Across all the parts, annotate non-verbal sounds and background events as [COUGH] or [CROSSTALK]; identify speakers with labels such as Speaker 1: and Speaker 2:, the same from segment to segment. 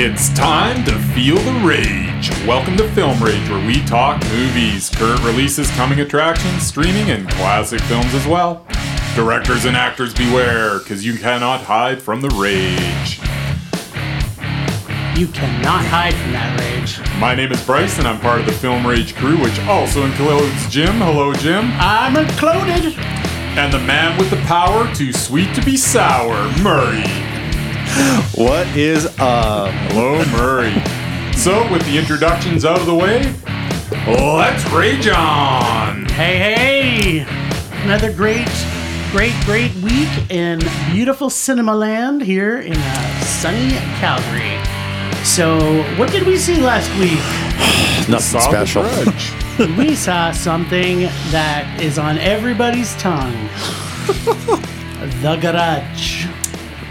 Speaker 1: It's time to feel the rage. Welcome to Film Rage, where we talk movies, current releases, coming attractions, streaming, and classic films as well. Directors and actors beware, because you cannot hide from the rage.
Speaker 2: You cannot hide from that rage.
Speaker 1: My name is Bryce, and I'm part of the Film Rage crew, which also includes Jim. Hello, Jim.
Speaker 2: I'm included.
Speaker 1: And the man with the power too sweet to be sour, Murray.
Speaker 3: What is up?
Speaker 1: Hello, Murray. so, with the introductions out of the way, let's rage on.
Speaker 2: Hey, hey! Another great, great, great week in beautiful cinema land here in uh, sunny Calgary. So, what did we see last week?
Speaker 3: Nothing
Speaker 1: Saw the
Speaker 3: special.
Speaker 1: Grudge.
Speaker 2: we saw something that is on everybody's tongue The Garage.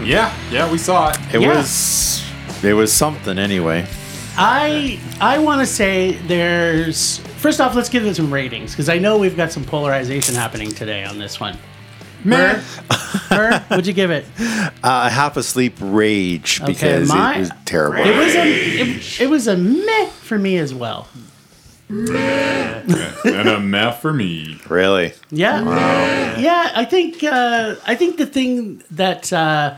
Speaker 1: yeah, yeah, we saw it.
Speaker 3: It
Speaker 2: Yeah.
Speaker 3: was. It was something anyway.
Speaker 2: I I want to say there's first off, let's give it some ratings because I know we've got some polarization happening today on this one. Mer, Mer, would you give it?
Speaker 3: Uh, half asleep rage because
Speaker 2: my-
Speaker 3: it was terrible.
Speaker 2: It was a it, it was a meh for me as well.
Speaker 1: and a meth for me.
Speaker 3: Really?
Speaker 2: Yeah, yeah. I think uh, I think the thing that uh,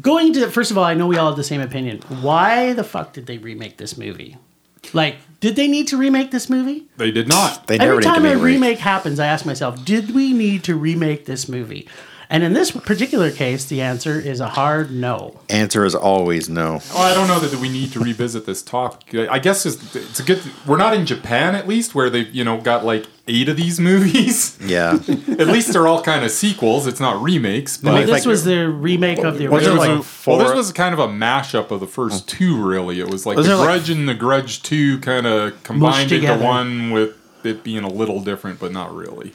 Speaker 2: going to first of all, I know we all have the same opinion. Why the fuck did they remake this movie? Like, did they need to remake this movie?
Speaker 1: They did not.
Speaker 3: They never
Speaker 2: Every
Speaker 3: need to
Speaker 2: time
Speaker 3: be
Speaker 2: a
Speaker 3: ra-
Speaker 2: remake happens, I ask myself, did we need to remake this movie? And in this particular case, the answer is a hard no.
Speaker 3: Answer is always no.
Speaker 1: Well, Oh, I don't know that we need to revisit this topic. I guess it's, it's a good. We're not in Japan, at least, where they've you know got like eight of these [LAUGHS] movies.
Speaker 3: Yeah.
Speaker 1: at least they're all kind of sequels. It's not remakes. But
Speaker 2: Well,
Speaker 3: Like-
Speaker 2: this
Speaker 3: like-
Speaker 2: was the remake of the
Speaker 3: Was
Speaker 1: There
Speaker 2: original.
Speaker 1: was
Speaker 3: it like
Speaker 1: a- well, this
Speaker 3: four-
Speaker 1: was kind of a mashup of the first two, really. It was like
Speaker 3: Was
Speaker 1: the
Speaker 3: there, like-
Speaker 1: Grudge and the Grudge Two kind of combined into
Speaker 2: together.
Speaker 1: one, with it being a little different, but not really.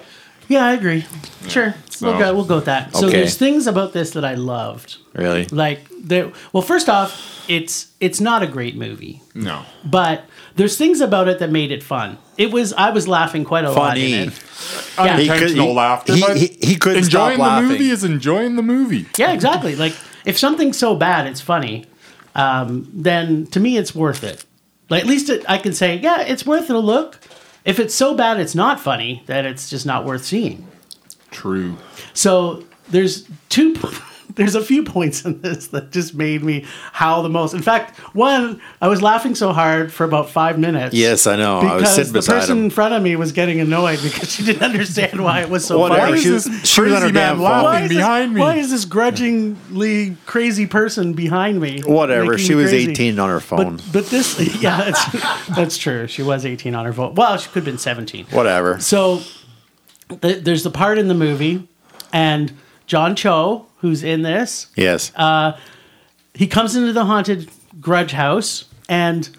Speaker 2: yeah, I agree. Sure,
Speaker 1: so-
Speaker 2: we'll go. We'll go with that. So
Speaker 3: Okay.
Speaker 2: there's things about this that I loved.
Speaker 3: [LAUGHS] Really?
Speaker 2: Like there. Well, first off, it's it's not a great movie,
Speaker 1: No,
Speaker 2: but there's things about it that made it fun. It was I was laughing quite a lot
Speaker 3: Funny.
Speaker 2: in it. Yeah.
Speaker 3: could-
Speaker 1: unintentional
Speaker 3: he-
Speaker 1: laughter.
Speaker 3: he-
Speaker 1: but
Speaker 3: he- he couldn't stop
Speaker 1: enjoying the movie
Speaker 3: laughing.
Speaker 1: is enjoying the movie.
Speaker 2: Yeah, exactly. Like if something's so bad it's funny, um, then to me it's worth it. Like at least it, I can say, yeah, it's worth a look. If it's so bad it's not funny, then it's just not worth seeing.
Speaker 1: True.
Speaker 2: So there's two. [LAUGHS] There's a few points in this that just made me howl the most. In fact, one I was laughing so hard for about five minutes.
Speaker 3: Yes, I know. I
Speaker 2: because
Speaker 3: was sitting
Speaker 2: the
Speaker 3: beside
Speaker 2: person in
Speaker 3: him.
Speaker 2: front of me was getting annoyed because she didn't [LAUGHS] understand why it was so
Speaker 3: Whatever,
Speaker 2: funny.
Speaker 1: Why
Speaker 3: she
Speaker 1: is
Speaker 3: was-
Speaker 1: this
Speaker 3: she was on her
Speaker 1: crazy man
Speaker 3: damn phone.
Speaker 1: laughing behind
Speaker 2: this,
Speaker 1: me?
Speaker 2: Why is this grudgingly crazy person behind me?
Speaker 3: Whatever.
Speaker 2: making me
Speaker 3: She was
Speaker 2: crazy?
Speaker 3: 18 on her phone.
Speaker 2: But this, [LAUGHS] yeah, it's, that's true. She was 18 on her vote. Well, she could have been 17.
Speaker 3: Whatever.
Speaker 2: So th- there's the part in the movie, and John Cho, who's in this,
Speaker 3: Yes.
Speaker 2: Uh, he comes into the haunted grudge house, and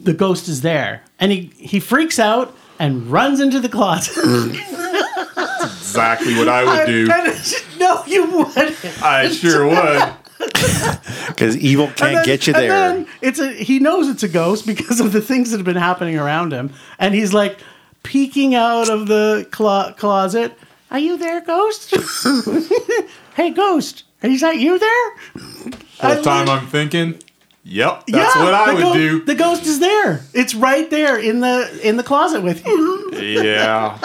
Speaker 2: the ghost is there, and he he freaks out and runs into the closet.
Speaker 1: exactly what I would do.
Speaker 2: [LAUGHS] no, you wouldn't.
Speaker 1: I sure would.
Speaker 3: Because evil can't
Speaker 2: then-
Speaker 3: get you
Speaker 2: and
Speaker 3: there.
Speaker 2: then it's a he knows it's a ghost because of the things that have been happening around him, and he's like peeking out of the clo- closet. Are you there, ghost? [LAUGHS] hey, ghost, is that you there?
Speaker 1: The whole time
Speaker 2: lit-
Speaker 1: I'm thinking, yep, that's what I
Speaker 2: the
Speaker 1: would
Speaker 2: ghost,
Speaker 1: do.
Speaker 2: The ghost is there. It's right there in the in the closet with you.
Speaker 1: yeah.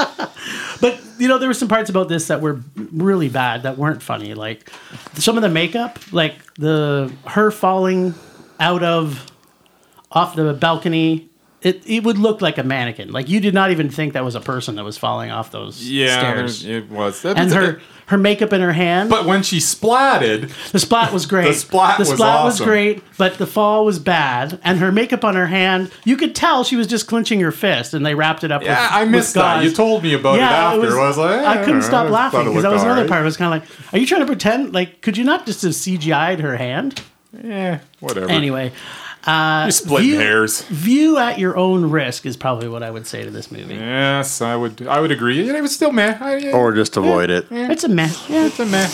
Speaker 2: But you know, there were some parts about this that were really bad that weren't funny. Like some of the makeup, like the her falling out of off the balcony. It it would look like a mannequin. Like you did not even think that was a person that was falling off those
Speaker 1: Yeah,
Speaker 2: stairs.
Speaker 1: there- it was. That
Speaker 2: And
Speaker 1: was-
Speaker 2: her her makeup in her hand.
Speaker 1: but when she splatted,
Speaker 2: The splat was great.
Speaker 1: The splat
Speaker 2: the
Speaker 1: was
Speaker 2: splat was
Speaker 1: awesome.
Speaker 2: great, but the fall was bad. And her makeup on her hand, you could tell she was just clenching her fist, and they wrapped it up. with-
Speaker 1: yeah, I
Speaker 2: with
Speaker 1: missed that.
Speaker 2: gauze.
Speaker 1: You told me about
Speaker 2: yeah,
Speaker 1: it after.
Speaker 2: it was,
Speaker 1: I was like, eh,
Speaker 2: I couldn't stop laughing because that was another
Speaker 1: part.
Speaker 2: part. I was kind of like, "Are you trying to pretend? Like, could you not just have CGI'd her hand?"
Speaker 1: Yeah, whatever.
Speaker 2: Anyway,
Speaker 1: You're splitting
Speaker 2: view-
Speaker 1: hairs.
Speaker 2: view at your own risk is probably what I would say to this movie.
Speaker 1: Yes, I would. I would agree. And it was still meh. I,
Speaker 3: or just avoid it.
Speaker 2: It's a mess.
Speaker 1: it's a meh.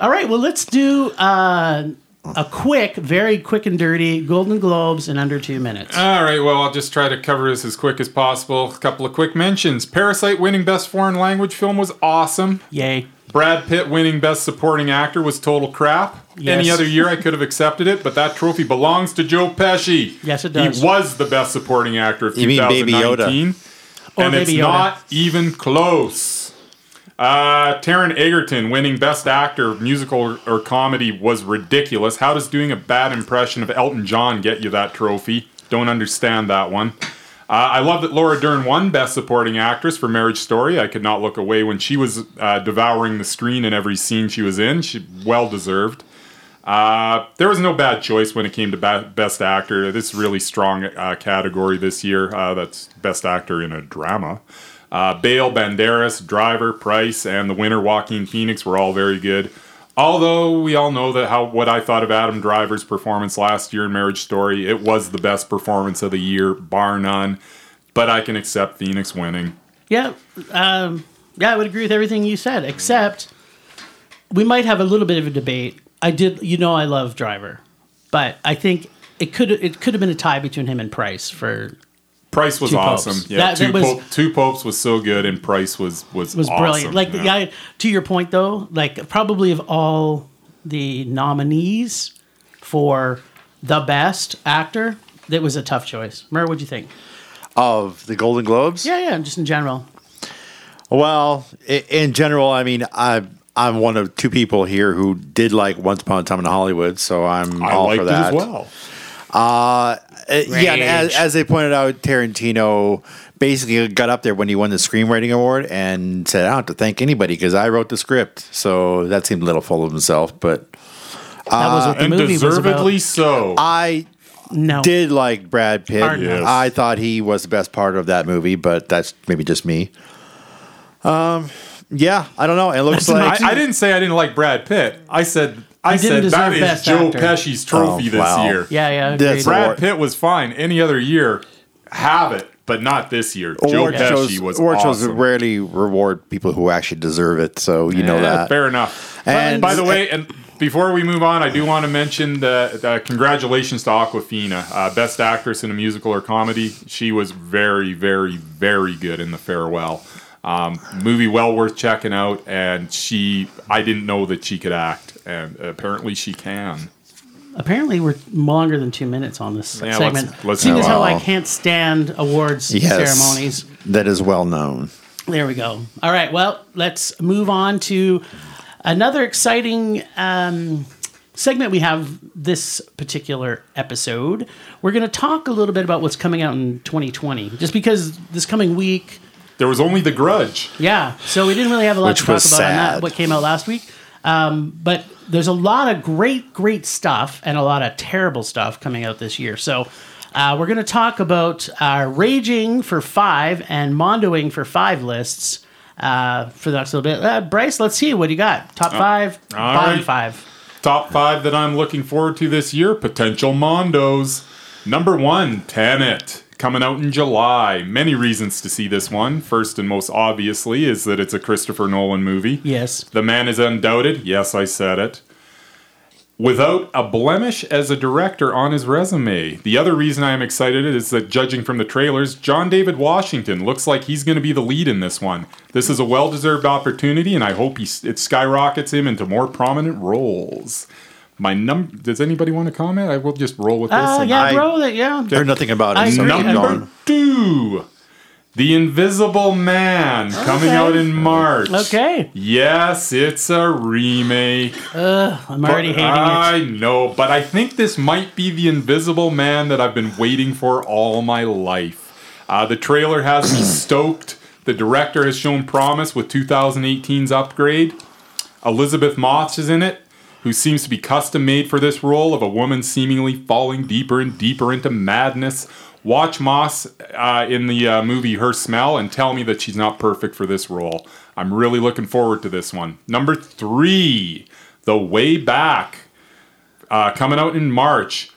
Speaker 2: All right, well, let's do uh, a quick, very quick and dirty Golden Globes in under two minutes.
Speaker 1: All right. Well, I'll just try to cover this as quick as possible. A couple of quick mentions. Parasite winning best foreign language film was awesome.
Speaker 2: Yay.
Speaker 1: Brad Pitt winning Best Supporting Actor was total crap. Any
Speaker 2: Yes.
Speaker 1: other year I could have accepted it, but that trophy belongs to Joe Pesci.
Speaker 2: Yes, it does.
Speaker 1: He was the Best Supporting Actor of
Speaker 3: You mean Baby
Speaker 1: 2019,
Speaker 2: Or
Speaker 1: and it's
Speaker 2: Baby Yoda.
Speaker 1: not even close. Uh, Taron Egerton winning Best Actor, musical or, or comedy, was ridiculous. How does doing a bad impression of Elton John get you that trophy? Don't understand that one. Uh, I love that Laura Dern won Best Supporting Actress for Marriage Story. I could not look away when she was uh, devouring the screen in every scene she was in. She well deserved. Uh, there was no bad choice when it came to ba- Best Actor. This really strong uh, category this year. Uh, that's Best Actor in a Drama. Uh, Bale, Banderas, Driver, Price, and the winner Joaquin Phoenix were all very good. Although we all know that how what I thought of Adam Driver's performance last year in Marriage Story, it was the best performance of the year, bar none. But I can accept Phoenix winning.
Speaker 2: Yeah, um, yeah, I would agree with everything you said, except we might have a little bit of a debate. I did, you know, I love Driver, but I think it could it could have been a tie between him and Price for
Speaker 1: Price was
Speaker 2: Two Popes.
Speaker 1: awesome. Yeah,
Speaker 2: That-
Speaker 1: two,
Speaker 2: that was-
Speaker 1: Pope- two popes was so good, and Price was was
Speaker 2: was
Speaker 1: awesome.
Speaker 2: brilliant. Like
Speaker 1: Yeah.
Speaker 2: the guy, to your point though, like probably of all the nominees for the best actor, that was a tough choice. Mer, what'd you think?
Speaker 3: of the Golden Globes.
Speaker 2: Yeah, yeah, just in general.
Speaker 3: Well, i- in general, I mean, I I'm one of two people here who did like Once Upon a Time in Hollywood, so I'm
Speaker 1: I
Speaker 3: all
Speaker 1: liked
Speaker 3: for
Speaker 1: it as
Speaker 3: that.
Speaker 1: well.
Speaker 3: Uh, yeah, and as, as they pointed out, Tarantino basically got up there when he won the screenwriting award and said, "I don't have to thank anybody because I wrote the script." So that seemed a little full of himself, but
Speaker 2: That was what the
Speaker 1: Uh, and
Speaker 2: movie was
Speaker 1: deservedly
Speaker 2: about.
Speaker 1: so.
Speaker 3: I
Speaker 2: No,
Speaker 3: did like Brad Pitt.
Speaker 2: Hard
Speaker 1: Yes. enough.
Speaker 3: I thought he was the best part of that movie, but that's maybe just me. Um, yeah, I don't know. It looks
Speaker 1: [LAUGHS]
Speaker 2: That's
Speaker 3: like
Speaker 1: I, I didn't say I didn't like Brad Pitt. I said I
Speaker 2: You
Speaker 1: said
Speaker 2: didn't
Speaker 1: that
Speaker 2: deserve
Speaker 1: is
Speaker 2: Best
Speaker 1: Joe
Speaker 2: Actor.
Speaker 1: Pesci's trophy
Speaker 3: Oh,
Speaker 1: this
Speaker 3: wow.
Speaker 1: year.
Speaker 2: yeah, yeah,
Speaker 3: That's
Speaker 2: agreed.
Speaker 3: right.
Speaker 1: Brad
Speaker 3: Or-
Speaker 1: Pitt was fine. Any other year, have it, but not this year. Joe
Speaker 3: award
Speaker 1: Pesci
Speaker 3: shows,
Speaker 1: was
Speaker 3: award shows
Speaker 1: awesome.
Speaker 3: rarely reward people who actually deserve it, so you know
Speaker 1: Yeah,
Speaker 3: that.
Speaker 1: Fair enough.
Speaker 3: And-
Speaker 1: by the way, and before we move on, I do want to mention the, the congratulations to Aquafina, uh, best actress in a musical or comedy. She was very, very, very good in The Farewell. Um, movie well worth checking out, and she I didn't know that she could act, and apparently she can.
Speaker 2: Apparently, we're longer than two minutes on this
Speaker 1: Yeah, let's-
Speaker 2: segment.
Speaker 1: let's
Speaker 2: Seeing
Speaker 1: move
Speaker 2: as how
Speaker 3: on.
Speaker 2: I can't stand awards
Speaker 3: Yes,
Speaker 2: ceremonies,
Speaker 3: that is well known.
Speaker 2: there we go. All right, well, let's move on to another exciting um, segment we have this particular episode. We're going to talk a little bit about what's coming out in 2020, just because this coming week.
Speaker 1: There was only The Grudge.
Speaker 2: Yeah, so we didn't really have a lot
Speaker 3: Which
Speaker 2: to talk about
Speaker 3: was
Speaker 2: on
Speaker 3: sad.
Speaker 2: that. What came out last week, um, but there's a lot of great, great stuff and a lot of terrible stuff coming out this year. So uh, we're going to talk about uh, raging for five and mondoing for five lists uh, for the next little bit. Uh, Bryce, let's see what do you got. Top five,
Speaker 1: Oh, all
Speaker 2: bottom
Speaker 1: right.
Speaker 2: five.
Speaker 1: Top five that I'm looking forward to this year potential Mondos. Number one, Tenet, coming out in July. Many reasons to see this one. First and most obviously is that it's a Christopher Nolan movie.
Speaker 2: Yes,
Speaker 1: The man is undoubted. Yes, I said it. Without a blemish as a director on his resume. The other reason I am excited is that, judging from the trailers, John David Washington looks like he's going to be the lead in this one. This is a well deserved opportunity, and I hope he, it skyrockets him into more prominent roles. My num. Does anybody want to comment? I will just roll with this.
Speaker 2: uh,
Speaker 1: and-
Speaker 2: yeah,
Speaker 3: I-
Speaker 2: bro, that yeah.
Speaker 3: Heard nothing about
Speaker 2: I
Speaker 3: it. so
Speaker 2: agree.
Speaker 3: keep
Speaker 2: I'm-
Speaker 3: going. [LAUGHS]
Speaker 1: Number two, The Invisible Man, coming
Speaker 2: Okay.
Speaker 1: out in March.
Speaker 2: Okay,
Speaker 1: Yes, it's a remake.
Speaker 2: I'm already hating it.
Speaker 1: I know, but I think this might be the Invisible Man that I've been waiting for all my life. Uh, the trailer has
Speaker 2: [CLEARS THROAT]
Speaker 1: me stoked. The director has shown promise with 2018's upgrade. Elizabeth Moss is in it, who seems to be custom made for this role of a woman seemingly falling deeper and deeper into madness. Watch Moss uh, in the uh, movie Her Smell and tell me that she's not perfect for this role. I'm really looking forward to this one. Number three, The Way Back, uh, coming out in March.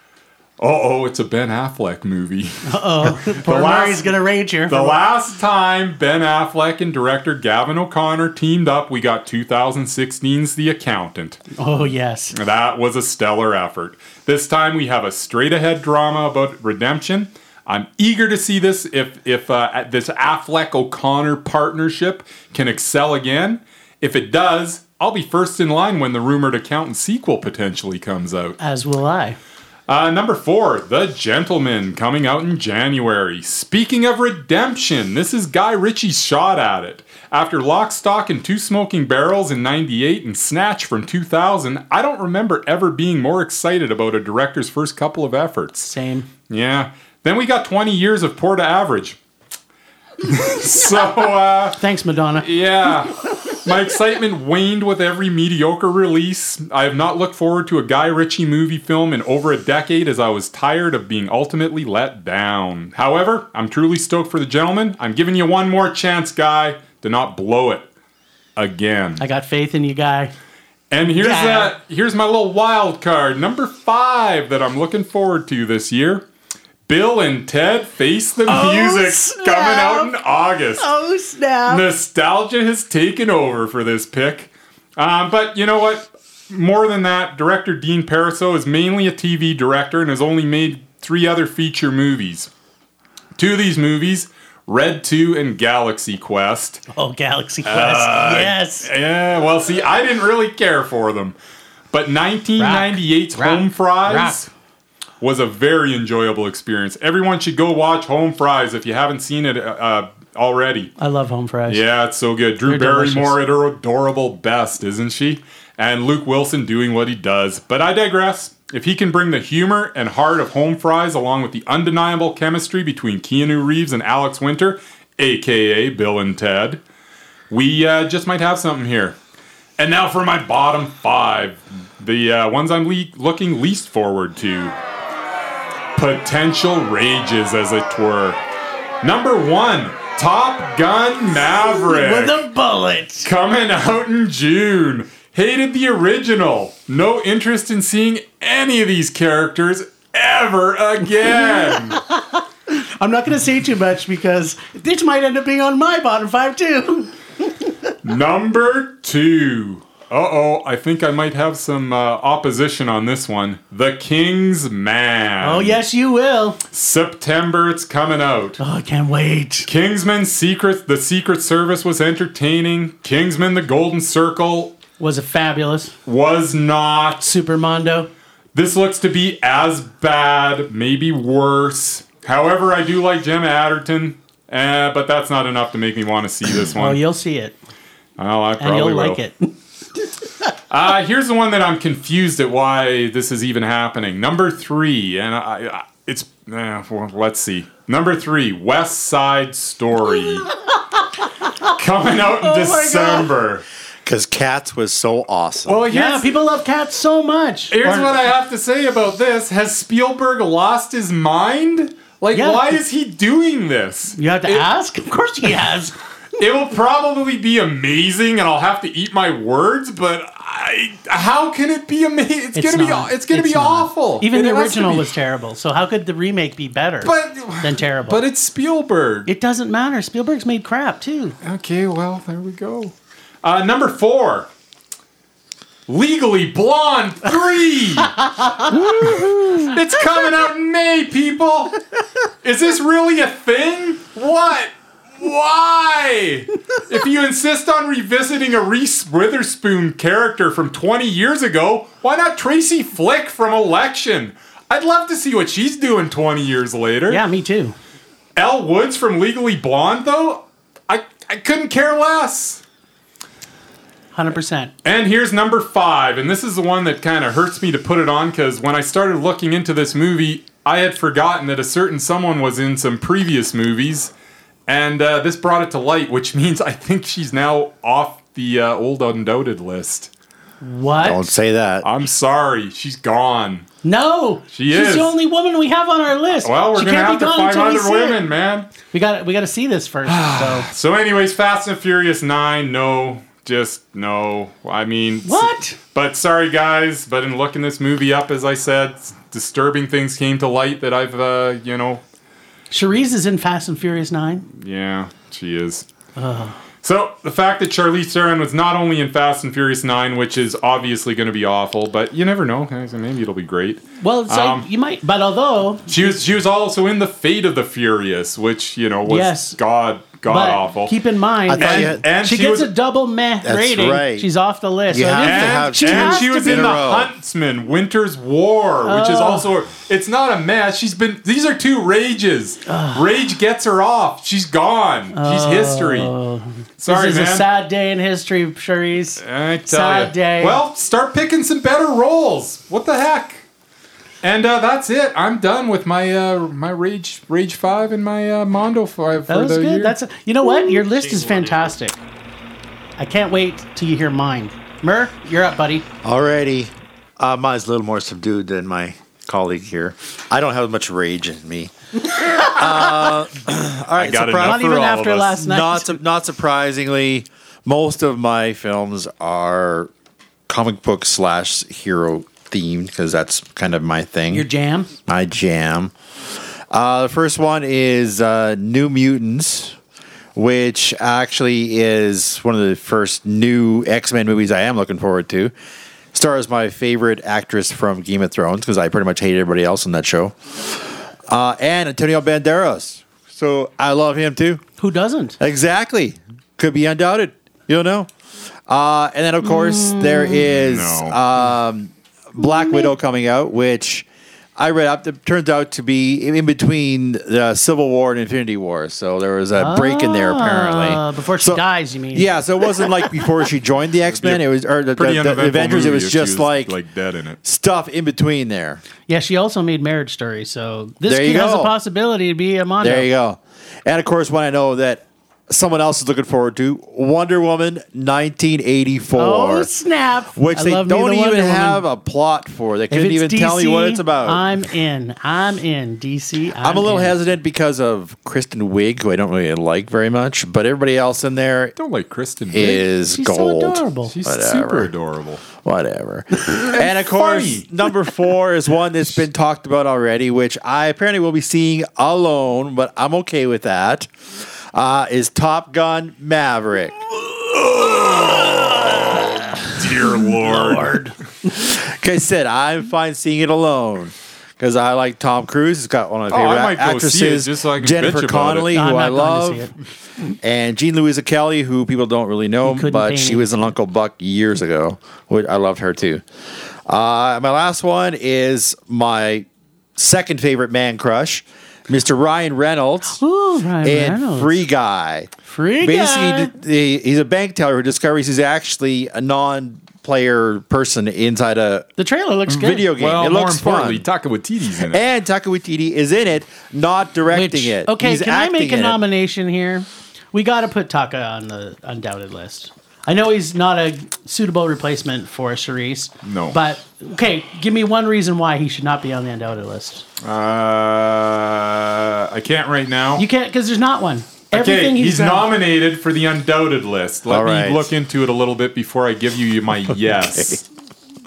Speaker 1: Uh oh, it's a Ben Affleck movie. [LAUGHS]
Speaker 2: Poor
Speaker 1: last-
Speaker 2: Murray's gonna rage here.
Speaker 1: The last time Ben Affleck and director Gavin O'Connor teamed up, we got 2016's The Accountant.
Speaker 2: oh yes,
Speaker 1: That was a stellar effort. This time we have a straight ahead drama about redemption. I'm eager to see this if if uh, this Affleck O'Connor partnership can excel again. If it does, I'll be first in line when the rumored accountant sequel potentially comes out.
Speaker 2: As will I.
Speaker 1: Uh, number four, The Gentleman, coming out in January. Speaking of redemption, this is Guy Ritchie's shot at it. After Lock, Stock, and Two Smoking Barrels in 98 and Snatch from 2000, I don't remember ever being more excited about a director's first couple of efforts.
Speaker 2: Same.
Speaker 1: Yeah. Then we got 20 years of poor to average. [LAUGHS] so, uh,
Speaker 2: Thanks, Madonna.
Speaker 1: yeah. My excitement waned with every mediocre release. I have not looked forward to a Guy Ritchie movie film in over a decade as I was tired of being ultimately let down. However, I'm truly stoked for the gentleman. I'm giving you one more chance, Guy, to not blow it again.
Speaker 2: I got faith in you, guy.
Speaker 1: And here's
Speaker 2: Yeah.
Speaker 1: that. Here's my little wild card, number five that I'm looking forward to this year. Bill and Ted Face the Music
Speaker 2: Oh, snap.
Speaker 1: coming out in August.
Speaker 2: Oh, snap.
Speaker 1: Nostalgia has taken over for this pick. Um, but you know what? More than that, director Dean Pariseau is mainly a TV director and has only made three other feature movies. Two of these movies, Red 2 and Galaxy Quest.
Speaker 2: Oh, Galaxy Quest.
Speaker 1: Uh,
Speaker 2: yes.
Speaker 1: Yeah, well, see, I didn't really care for them. But 1998's
Speaker 2: Rock.
Speaker 1: Home Fries
Speaker 2: Rock.
Speaker 1: was a very enjoyable experience. Everyone should go watch Home Fries if you haven't seen it uh, uh, already.
Speaker 2: I love Home Fries.
Speaker 1: Yeah, it's so good. Drew
Speaker 2: They're delicious.
Speaker 1: Barrymore at her adorable best, isn't she? And Luke Wilson doing what he does. But I digress. If he can bring the humor and heart of Home Fries along with the undeniable chemistry between Keanu Reeves and Alex Winter, aka Bill and Ted, we uh, just might have something here. And now for my bottom five, the uh, ones I'm le- looking least forward to. Potential rages, as it were. Number one, Top Gun Maverick
Speaker 2: With a bullet.
Speaker 1: coming out in June. Hated the original. No interest in seeing any of these characters ever again.
Speaker 2: [LAUGHS] I'm not going to say too much because this might end up being on my bottom five, too.
Speaker 1: Number two. Uh oh, I think I might have some uh, opposition on this one. The King's Man.
Speaker 2: Oh, yes, you will.
Speaker 1: September, it's coming out.
Speaker 2: [LAUGHS] Oh, I can't wait.
Speaker 1: Kingsman Secret, the Secret Service was entertaining. Kingsman, the Golden Circle
Speaker 2: Was it fabulous?
Speaker 1: was not.
Speaker 2: Super Mondo.
Speaker 1: This looks to be as bad, maybe worse. However, I do like Gemma Adderton, eh, but that's not enough to make me want to see
Speaker 2: [CLEARS THROAT]
Speaker 1: this
Speaker 2: Oh,
Speaker 1: one.
Speaker 2: you'll see it.
Speaker 1: Well, I
Speaker 2: And
Speaker 1: probably
Speaker 2: you'll
Speaker 1: will.
Speaker 2: like it.
Speaker 1: Uh, here's the one that I'm confused at why this is even happening. Number three, and I, I it's eh, well, let's see. Number three, West Side Story, coming out in December.
Speaker 3: Because Cats was so awesome.
Speaker 1: Well, here's,
Speaker 2: Yeah, people love cats so much.
Speaker 1: Here's
Speaker 2: Or-
Speaker 1: what I have to say about this. Has Spielberg lost his mind? Like,
Speaker 2: Yeah.
Speaker 1: why is he doing this?
Speaker 2: You have to
Speaker 1: It-
Speaker 2: ask? Of course
Speaker 1: [LAUGHS]
Speaker 2: he has.
Speaker 1: It will probably be amazing, and I'll have to eat my words. But I, how can it be amazing? It's, gonna
Speaker 2: not.
Speaker 1: be. It's gonna be
Speaker 2: not.
Speaker 1: awful.
Speaker 2: Even
Speaker 1: It
Speaker 2: the
Speaker 1: has to
Speaker 2: original
Speaker 1: be.
Speaker 2: was terrible. So how could the remake be better
Speaker 1: But
Speaker 2: than terrible?
Speaker 1: but it's Spielberg.
Speaker 2: it doesn't matter. Spielberg's made crap too.
Speaker 1: okay, well there we go. Uh, number four. Legally Blonde 3!
Speaker 2: [LAUGHS]
Speaker 1: it's coming out in May, people! Is this really a thing? What? Why? If you insist on revisiting a Reese Witherspoon character from 20 years ago, why not Tracy Flick from Election? I'd love to see what she's doing 20 years later.
Speaker 2: Yeah, me too.
Speaker 1: Elle Woods from Legally Blonde, though, I, I couldn't care less.
Speaker 2: 100%.
Speaker 1: And here's number five, and this is the one that kind of hurts me to put it on because when I started looking into this movie, I had forgotten that a certain someone was in some previous movies, and uh, this brought it to light, which [LAUGHS] means I think she's now off the uh, old undoubted list.
Speaker 2: What?
Speaker 3: Don't say that.
Speaker 1: I'm sorry, she's gone.
Speaker 2: No.
Speaker 1: She
Speaker 2: She's
Speaker 1: is.
Speaker 2: the only woman we have on our list.
Speaker 1: Well, we're
Speaker 2: she
Speaker 1: gonna
Speaker 2: can't
Speaker 1: have to
Speaker 2: be gone
Speaker 1: find
Speaker 2: until we
Speaker 1: other
Speaker 2: see it.
Speaker 1: women, man.
Speaker 2: We got we got to see
Speaker 1: [SIGHS]
Speaker 2: this first. So
Speaker 1: So, anyways, Fast and Furious 9, no. Just no. I mean,
Speaker 2: What?
Speaker 1: But sorry, guys. But in looking this movie up, as I said, s- disturbing things came to light that I've, uh, you know,
Speaker 2: Cherise is in Fast and Furious 9.
Speaker 1: yeah, she is. So the fact that Charlize Theron was not only in Fast and Furious 9, which is obviously going to be awful, but you never know. guys, Maybe it'll be great.
Speaker 2: Well, it's
Speaker 1: Um,
Speaker 2: like you might but although
Speaker 1: She was she was also in the Fate of the Furious, which you know was
Speaker 2: Yes.
Speaker 1: God god
Speaker 2: But
Speaker 1: awful.
Speaker 2: keep in mind,
Speaker 3: I thought
Speaker 2: and-
Speaker 3: you had-
Speaker 1: and
Speaker 2: she,
Speaker 1: she
Speaker 2: gets
Speaker 1: was-
Speaker 2: a double meh
Speaker 3: That's
Speaker 2: rating.
Speaker 3: right.
Speaker 2: She's off the list.
Speaker 3: You
Speaker 2: So it
Speaker 3: have
Speaker 2: is-
Speaker 3: to
Speaker 1: and,
Speaker 3: have
Speaker 1: she,
Speaker 3: two.
Speaker 1: and
Speaker 2: has
Speaker 1: she
Speaker 2: to
Speaker 1: was
Speaker 2: be-
Speaker 1: in,
Speaker 3: in a
Speaker 1: the
Speaker 3: row.
Speaker 1: Huntsman, Winter's War, which is
Speaker 2: Oh.
Speaker 1: also it's not a match. She's been these are two rages. Rage gets her off. She's gone. She's history. Sorry,
Speaker 2: Oh. this is
Speaker 1: man.
Speaker 2: a sad day in history, Charisse.
Speaker 1: I tell
Speaker 2: sad
Speaker 1: ya.
Speaker 2: day.
Speaker 1: Well, start picking some better roles. What the heck? And uh, that's it. I'm done with my uh, my rage rage five and my uh, Mondo five for
Speaker 2: that was
Speaker 1: the
Speaker 2: good.
Speaker 1: year.
Speaker 2: That's a, you know what? Your list is
Speaker 4: She wanted it.
Speaker 2: fantastic. I can't wait till you hear mine. Mur, you're up, buddy.
Speaker 3: Alrighty. Uh, mine's a little more subdued than my colleague here. I don't have much rage in me. [LAUGHS] [CLEARS THROAT] uh, all right,
Speaker 1: got
Speaker 3: surprise-
Speaker 1: enough
Speaker 2: Not even after last night.
Speaker 3: Not su- not surprisingly, most of my films are comic book slash hero themed because that's kind of my thing.
Speaker 2: your jam.
Speaker 3: my jam. Uh, the first one is uh, New Mutants, which actually is one of the first new X Men movies I am looking forward to. Stars my favorite actress from Game of Thrones because I pretty much hate everybody else in that show, uh, and Antonio Banderas. So I love him too.
Speaker 2: Who doesn't?
Speaker 3: Exactly. Could be undoubted. You don't know. Uh, and then, of course, there is
Speaker 1: No.
Speaker 3: um, Black Widow coming out, which I read up. It turns out to be in between the Civil War and Infinity War. So there was a break in there,
Speaker 2: Uh,
Speaker 3: apparently.
Speaker 2: before she
Speaker 3: So-
Speaker 2: dies, you mean?
Speaker 3: Yeah, so it wasn't like before she
Speaker 1: [LAUGHS]
Speaker 3: joined the X Men. It was or the,
Speaker 1: Pretty
Speaker 3: the- the
Speaker 1: uneventful
Speaker 3: Avengers. It
Speaker 1: movie
Speaker 3: was
Speaker 1: if she
Speaker 3: just like,
Speaker 1: like dead in it.
Speaker 3: stuff in between there.
Speaker 2: Yeah, she also made Marriage Story, so this
Speaker 3: There you
Speaker 2: kid has
Speaker 3: go.
Speaker 2: a possibility to be a Mondo.
Speaker 3: There you go. And of course, when I know that someone else is looking forward to Wonder Woman 1984.
Speaker 2: Oh snap!
Speaker 3: which
Speaker 2: I
Speaker 3: they
Speaker 2: love me
Speaker 3: don't
Speaker 2: the
Speaker 3: even
Speaker 2: Wonder Woman.
Speaker 3: have a plot for. They
Speaker 2: If
Speaker 3: couldn't even
Speaker 2: it's
Speaker 3: tell me what
Speaker 2: DC,
Speaker 3: it's about. I'm,
Speaker 2: I'm in. I'm in DC. I'm,
Speaker 3: a little
Speaker 2: in.
Speaker 3: hesitant because of Kristen Wiig, who I don't really like very much, but everybody else in there
Speaker 1: Don't like Kristen. Wiig.
Speaker 3: is
Speaker 2: She's
Speaker 3: gold.
Speaker 2: so adorable.
Speaker 1: She's
Speaker 3: whatever.
Speaker 1: super adorable. [LAUGHS]
Speaker 3: Whatever. and of course,
Speaker 1: funny. [LAUGHS]
Speaker 3: number four is one that's been talked about already, which I apparently will be seeing alone, but I'm okay with that. Uh, is Top Gun Maverick.
Speaker 1: Dear Lord.
Speaker 3: Like I said, I'm fine seeing it alone because I like Tom Cruise. He's got one of my
Speaker 1: Oh, I
Speaker 3: favorite
Speaker 1: might go see it
Speaker 3: actresses,
Speaker 1: just so I can bitch
Speaker 3: Jennifer
Speaker 1: about
Speaker 3: Connelly,
Speaker 2: No, I'm
Speaker 3: who I
Speaker 2: not going to see
Speaker 3: love, and Jean Louisa Kelly, who people don't really know,
Speaker 2: couldn't pay
Speaker 3: but she
Speaker 2: me.
Speaker 3: was in Uncle Buck years ago. Which I loved her too. Uh, my last one is my second favorite man crush, Mr. Ryan Reynolds.
Speaker 2: Ooh, Ryan
Speaker 3: and
Speaker 2: Reynolds.
Speaker 3: Free Guy.
Speaker 2: Free guy.
Speaker 3: Basically, he- he's a bank teller who discovers he's actually a non-player person inside a
Speaker 2: The trailer looks good.
Speaker 3: video game.
Speaker 1: [LAUGHS] Well,
Speaker 3: it
Speaker 1: more
Speaker 3: looks
Speaker 1: importantly,
Speaker 3: fun.
Speaker 1: Taka Waititi's in it.
Speaker 3: And Taika Waititi is in it, not directing
Speaker 2: Which-
Speaker 3: it.
Speaker 2: Okay,
Speaker 3: He's
Speaker 2: can I make
Speaker 3: acting
Speaker 2: a
Speaker 3: in it.
Speaker 2: nomination here? We got to put Taka on the undoubted list. I know he's not a suitable replacement for Charisse.
Speaker 1: No.
Speaker 2: But, okay, give me one reason why he should not be on the undoubted list.
Speaker 1: Uh, I can't right now.
Speaker 2: You can't, because there's not one.
Speaker 1: okay,
Speaker 2: Everything
Speaker 1: he's,
Speaker 2: he's, done-
Speaker 1: nominated for the undoubted list. Let
Speaker 3: All
Speaker 1: me
Speaker 3: right.
Speaker 1: look into it a little bit before I give you my yes.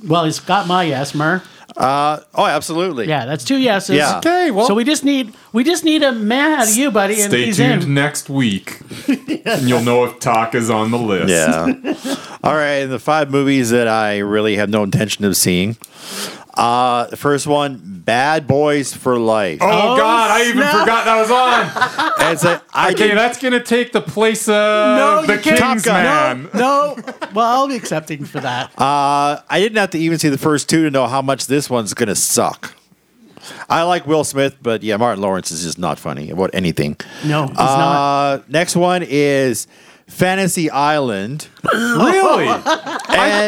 Speaker 2: Well, he's got my yes, Mer.
Speaker 3: Oh, absolutely.
Speaker 2: Yeah, that's two yeses.
Speaker 3: Yeah.
Speaker 1: Okay, well-
Speaker 2: so we just need we just need a man out of you, buddy, and
Speaker 1: Stay
Speaker 2: he's
Speaker 1: tuned
Speaker 2: in.
Speaker 1: next week, and you'll know if Taka's on the list.
Speaker 3: Yeah. All right. And the five movies that I really have no intention of seeing. Uh, the first one, Bad Boys for Life.
Speaker 1: Oh,
Speaker 2: Oh,
Speaker 1: God, I even
Speaker 2: snap.
Speaker 1: forgot that was on.
Speaker 3: And it's like, I
Speaker 1: Okay,
Speaker 3: did-
Speaker 1: that's gonna take the place of
Speaker 2: No,
Speaker 1: the
Speaker 2: you can't.
Speaker 1: King's
Speaker 3: Top Gun.
Speaker 1: Man.
Speaker 2: No, well, I'll be accepting for that.
Speaker 3: Uh, I didn't have to even see the first two to know how much this one's going to suck. I like Will Smith, but yeah, Martin Lawrence is just not funny about anything.
Speaker 2: no, it's not.
Speaker 3: Uh, next one is Fantasy Island.
Speaker 1: Really?
Speaker 3: And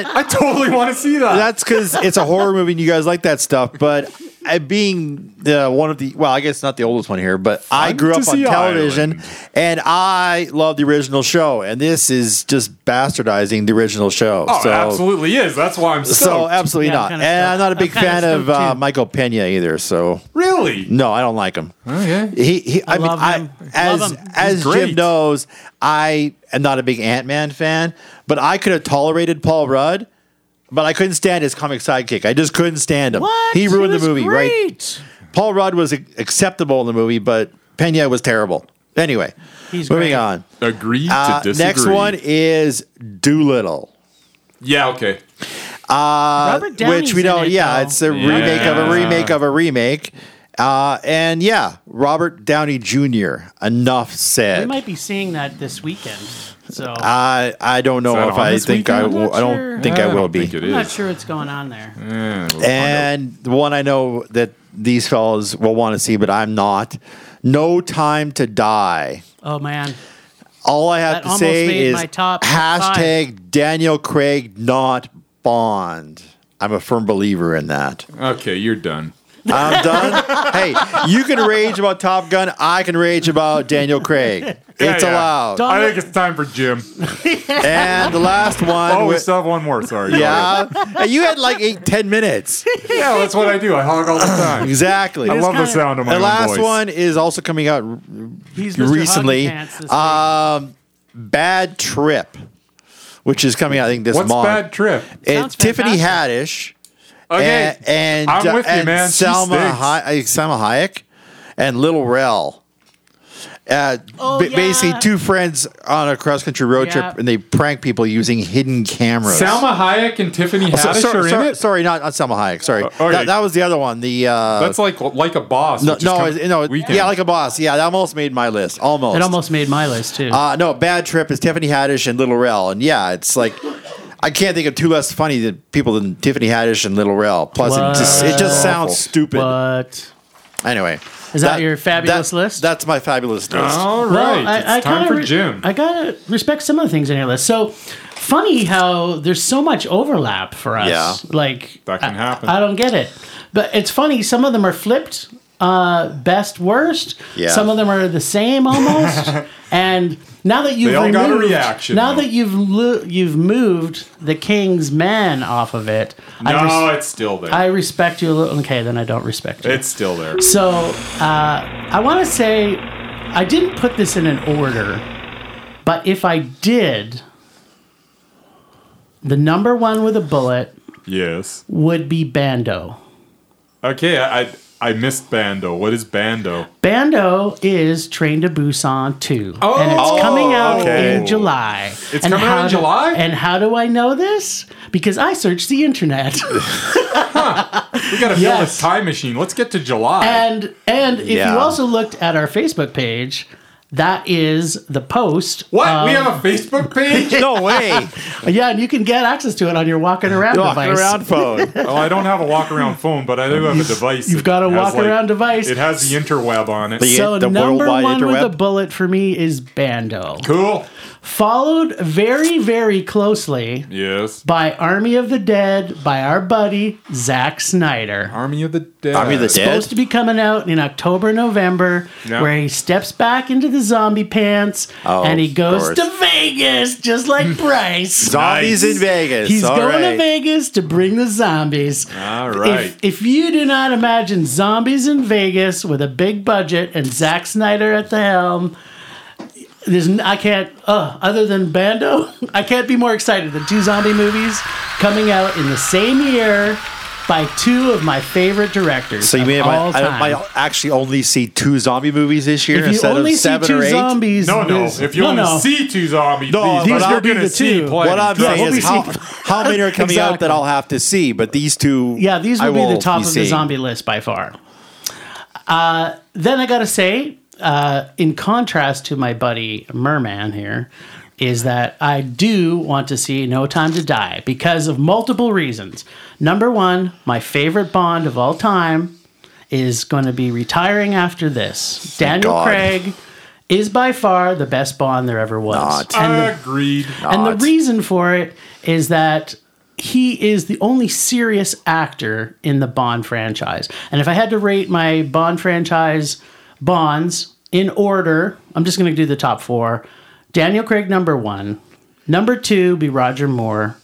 Speaker 1: I totally want to see that.
Speaker 3: that's because it's a horror movie and you guys like that stuff. But uh, being the one of the, well, I guess not the oldest one here, but I
Speaker 1: Fun
Speaker 3: grew
Speaker 1: to
Speaker 3: up on
Speaker 1: see
Speaker 3: television
Speaker 1: Island.
Speaker 3: and I love the original show. And this is just bastardizing the original show.
Speaker 1: oh,
Speaker 3: so,
Speaker 1: absolutely is. That's why I'm so.
Speaker 3: So
Speaker 2: Yeah,
Speaker 3: absolutely
Speaker 2: I'm
Speaker 3: not.
Speaker 2: kinda
Speaker 3: and
Speaker 2: stoked.
Speaker 3: I'm not a
Speaker 2: I'm
Speaker 3: big
Speaker 2: kinda
Speaker 3: fan of
Speaker 2: stoked,
Speaker 3: uh,
Speaker 2: too.
Speaker 3: Michael Pena either. So
Speaker 1: really?
Speaker 3: no, I don't like him.
Speaker 1: Okay.
Speaker 3: He, he I, mean,
Speaker 2: love
Speaker 3: I
Speaker 2: him.
Speaker 3: as
Speaker 2: Love him.
Speaker 3: as Jim
Speaker 1: great.
Speaker 3: knows, I am not a big Ant Man fan, but I could have tolerated Paul Rudd, but I couldn't stand his comic sidekick. I just couldn't stand him.
Speaker 2: What?
Speaker 3: He ruined
Speaker 2: was
Speaker 3: the movie, right?
Speaker 2: great.
Speaker 3: Paul Rudd was ac- acceptable in the movie, but Pena was terrible. Anyway,
Speaker 2: He's
Speaker 3: moving
Speaker 2: great.
Speaker 3: on.
Speaker 1: Agree
Speaker 3: Uh,
Speaker 1: to disagree.
Speaker 3: next one is Doolittle.
Speaker 1: Yeah. Okay.
Speaker 2: Robert Downey's
Speaker 3: Uh, which we
Speaker 2: in
Speaker 3: don't.
Speaker 2: it,
Speaker 3: yeah,
Speaker 2: though.
Speaker 3: it's a
Speaker 1: Yeah.
Speaker 3: remake of a remake of a remake, Uh, and yeah, Robert Downey Jr. Enough
Speaker 2: We
Speaker 3: said.
Speaker 2: might be seeing that this weekend. So
Speaker 3: Uh, I I don't know
Speaker 1: Is that
Speaker 3: if
Speaker 1: on
Speaker 3: I
Speaker 1: this
Speaker 3: think
Speaker 1: weekend?
Speaker 3: I
Speaker 1: I'm
Speaker 3: will,
Speaker 2: not
Speaker 3: I
Speaker 2: sure.
Speaker 3: don't think I,
Speaker 1: don't
Speaker 3: will be.
Speaker 1: think it
Speaker 2: I'm not
Speaker 1: is.
Speaker 2: sure what's going on there.
Speaker 1: Yeah, we'll find out.
Speaker 3: And the one I know that these fellas will want to see, but I'm not. No time to die.
Speaker 2: Oh man,
Speaker 3: All I have
Speaker 2: That
Speaker 3: to
Speaker 2: almost made
Speaker 3: say is
Speaker 2: my top
Speaker 3: hashtag Daniel Craig not Bond. I'm a firm believer in that.
Speaker 1: okay, you're done.
Speaker 3: I'm
Speaker 2: [LAUGHS]
Speaker 3: done. hey, you can rage about Top Gun. I can rage about Daniel Craig.
Speaker 1: Yeah,
Speaker 3: it's
Speaker 1: yeah.
Speaker 3: allowed.
Speaker 2: Don't-
Speaker 1: I think it's time for
Speaker 3: [LAUGHS]
Speaker 1: Jim.
Speaker 3: And
Speaker 2: [LAUGHS]
Speaker 3: the last one.
Speaker 1: Oh, we
Speaker 3: wi-
Speaker 1: still have one more. Sorry.
Speaker 3: yeah. Hey, you had like eight, ten minutes.
Speaker 1: yeah, that's what I do. I hog all the time.
Speaker 3: Exactly.
Speaker 1: I love the
Speaker 2: kinda-
Speaker 1: sound of my
Speaker 3: the
Speaker 1: own
Speaker 3: last
Speaker 1: voice.
Speaker 3: one is also coming out r-
Speaker 2: he's Mr.
Speaker 3: recently.
Speaker 2: Hoggypants this
Speaker 3: Um, Bad Trip, which is coming out, I think, this
Speaker 1: What's
Speaker 3: month.
Speaker 1: bad trip?
Speaker 3: It-
Speaker 2: Sounds
Speaker 3: Tiffany Haddish.
Speaker 1: Okay,
Speaker 3: And, and, uh,
Speaker 1: I'm with you,
Speaker 3: and
Speaker 1: man. She
Speaker 3: Salma,
Speaker 1: stinks.
Speaker 3: Hay- uh, Salma Hayek and Little Rel. Uh,
Speaker 2: Oh,
Speaker 3: ba-
Speaker 2: yeah.
Speaker 3: Basically, two friends on a cross country road
Speaker 2: Yeah.
Speaker 3: trip and they prank people using hidden cameras.
Speaker 1: Salma Hayek and Tiffany
Speaker 3: So-
Speaker 1: Haddish
Speaker 3: sorry,
Speaker 1: are in
Speaker 3: sorry,
Speaker 1: it. Uh,
Speaker 3: sorry, not, not Salma Hayek. Sorry.
Speaker 1: okay.
Speaker 3: that, that was the other one. The uh,
Speaker 1: That's like like a boss.
Speaker 3: no,
Speaker 1: which is
Speaker 3: no,
Speaker 1: coming
Speaker 3: it- no
Speaker 1: weekend.
Speaker 3: yeah, like a boss. Yeah, that almost made my list. Almost.
Speaker 2: It almost made my list too.
Speaker 3: Uh, no, Bad Trip is Tiffany Haddish and Little Rel. And yeah, it's like, I can't think of two less funny than people than Tiffany Haddish and Little Rel. Plus, it just, it just sounds stupid.
Speaker 2: but
Speaker 3: Anyway,
Speaker 2: Is that your fabulous list?
Speaker 3: That's my fabulous list.
Speaker 1: all right,
Speaker 2: I-
Speaker 1: it's
Speaker 2: I
Speaker 1: time
Speaker 2: kinda
Speaker 1: for
Speaker 2: re-
Speaker 1: Jim.
Speaker 2: I gotta respect some of the things on your list. So funny how there's so much overlap for us.
Speaker 3: Yeah.
Speaker 2: like
Speaker 1: That can
Speaker 2: I-
Speaker 1: happen.
Speaker 2: I don't get it, but it's funny. Some of them are flipped, uh, best worst.
Speaker 3: Yeah.
Speaker 2: Some of them are the
Speaker 1: [LAUGHS]
Speaker 2: same almost. and now that you've
Speaker 1: They all got a
Speaker 2: removed-
Speaker 1: reaction,
Speaker 2: Now
Speaker 1: though.
Speaker 2: that you've lo- you've moved the King's Man off of it,
Speaker 1: no,
Speaker 2: I, res-
Speaker 1: it's still there.
Speaker 2: I respect you a little. Okay, then I don't respect you.
Speaker 1: it's still
Speaker 2: [LAUGHS]
Speaker 1: there.
Speaker 2: So uh, I want to say I didn't put this in an order, but if I did, the number one with a bullet
Speaker 1: Yes.
Speaker 2: would be Bando.
Speaker 1: Okay, I, I I missed Bando. What is Bando?
Speaker 2: Bando is Train to Busan 2.
Speaker 1: Oh,
Speaker 2: and it's coming out
Speaker 1: okay.
Speaker 2: in July.
Speaker 1: It's coming out in
Speaker 2: how do-
Speaker 1: July?
Speaker 2: and how do I know this? Because I searched
Speaker 1: [LAUGHS]
Speaker 2: the internet.
Speaker 1: We gotta fill this
Speaker 2: Yes.
Speaker 1: time machine. Let's get to July.
Speaker 2: and and if
Speaker 3: Yeah.
Speaker 2: you also looked at our Facebook page, that is the post.
Speaker 1: what? we
Speaker 2: of-
Speaker 1: have a Facebook
Speaker 2: [LAUGHS]
Speaker 1: page?
Speaker 3: No way.
Speaker 2: Yeah, and you can get access to it on your walking around
Speaker 3: Walking
Speaker 2: device.
Speaker 3: around phone.
Speaker 1: oh, I don't have a walk around phone, but I do have a device.
Speaker 2: you've
Speaker 1: that
Speaker 2: got a
Speaker 1: has,
Speaker 2: walk
Speaker 1: like-
Speaker 2: around device.
Speaker 1: It has the interweb on it.
Speaker 3: The-
Speaker 2: so number
Speaker 3: worldwide
Speaker 2: one with
Speaker 3: interweb.
Speaker 2: a bullet for me is Bando,
Speaker 1: cool.
Speaker 2: followed very, very closely
Speaker 1: Yes.
Speaker 2: by Army of the Dead by our buddy Zack Snyder.
Speaker 1: Army of the Dead.
Speaker 3: Army of the Dead?
Speaker 2: Supposed to be coming out in October, November,
Speaker 1: Yeah.
Speaker 2: where he steps back into the zombie pants
Speaker 3: Oh,
Speaker 2: and he
Speaker 3: of
Speaker 2: goes
Speaker 3: course.
Speaker 2: to Vegas, just
Speaker 3: [LAUGHS]
Speaker 2: like Bryce.
Speaker 3: Zombies in Vegas.
Speaker 2: He's
Speaker 3: All
Speaker 2: going to
Speaker 3: right.
Speaker 2: Vegas to bring the zombies.
Speaker 1: All right.
Speaker 2: If, if you do not imagine zombies in Vegas with a big budget and Zack Snyder at the helm, there's n- I can't. Uh, other than Bando, [LAUGHS] I can't be more excited than two zombie movies coming out in the same year by two of my favorite directors.
Speaker 3: So you
Speaker 2: of
Speaker 3: mean I
Speaker 2: all
Speaker 3: might, I
Speaker 2: time.
Speaker 3: might actually only see two zombie movies this year
Speaker 2: if you
Speaker 3: instead
Speaker 2: only
Speaker 3: of
Speaker 2: see
Speaker 3: seven
Speaker 2: two
Speaker 3: or eight?
Speaker 2: zombies,
Speaker 1: no, no.
Speaker 2: there's-
Speaker 1: If you
Speaker 2: no,
Speaker 1: only
Speaker 2: no.
Speaker 1: see two zombies,
Speaker 3: No,
Speaker 1: these,
Speaker 3: but
Speaker 1: but
Speaker 3: I'll
Speaker 1: you're
Speaker 2: be
Speaker 1: gonna
Speaker 2: the
Speaker 1: see
Speaker 2: two.
Speaker 1: plenty.
Speaker 3: What I'm
Speaker 1: Trust
Speaker 3: saying
Speaker 2: we'll
Speaker 1: me.
Speaker 2: be
Speaker 3: is how,
Speaker 2: seeing-
Speaker 3: [LAUGHS] how many are coming out that
Speaker 2: Exactly.
Speaker 3: I'll have to see, but these two.
Speaker 2: Yeah, these
Speaker 3: I
Speaker 2: will be
Speaker 3: will
Speaker 2: the top
Speaker 3: be
Speaker 2: of the
Speaker 3: seeing.
Speaker 2: zombie list by far. Uh, then I gotta say, uh, in contrast to my buddy Merman here, is that I do want to see No Time to Die because of multiple reasons. Number one, my favorite Bond of all time is going to be retiring after this. Daniel
Speaker 3: God.
Speaker 2: Craig is by far the best Bond there ever was.
Speaker 3: Not.
Speaker 2: And the-
Speaker 1: Agreed.
Speaker 2: and the
Speaker 3: Not.
Speaker 2: reason for it is that he is the only serious actor in the Bond franchise. And if I had to rate my Bond franchise Bonds in order, I'm just going to do the top four Daniel Craig, number one. Number two be Roger Moore.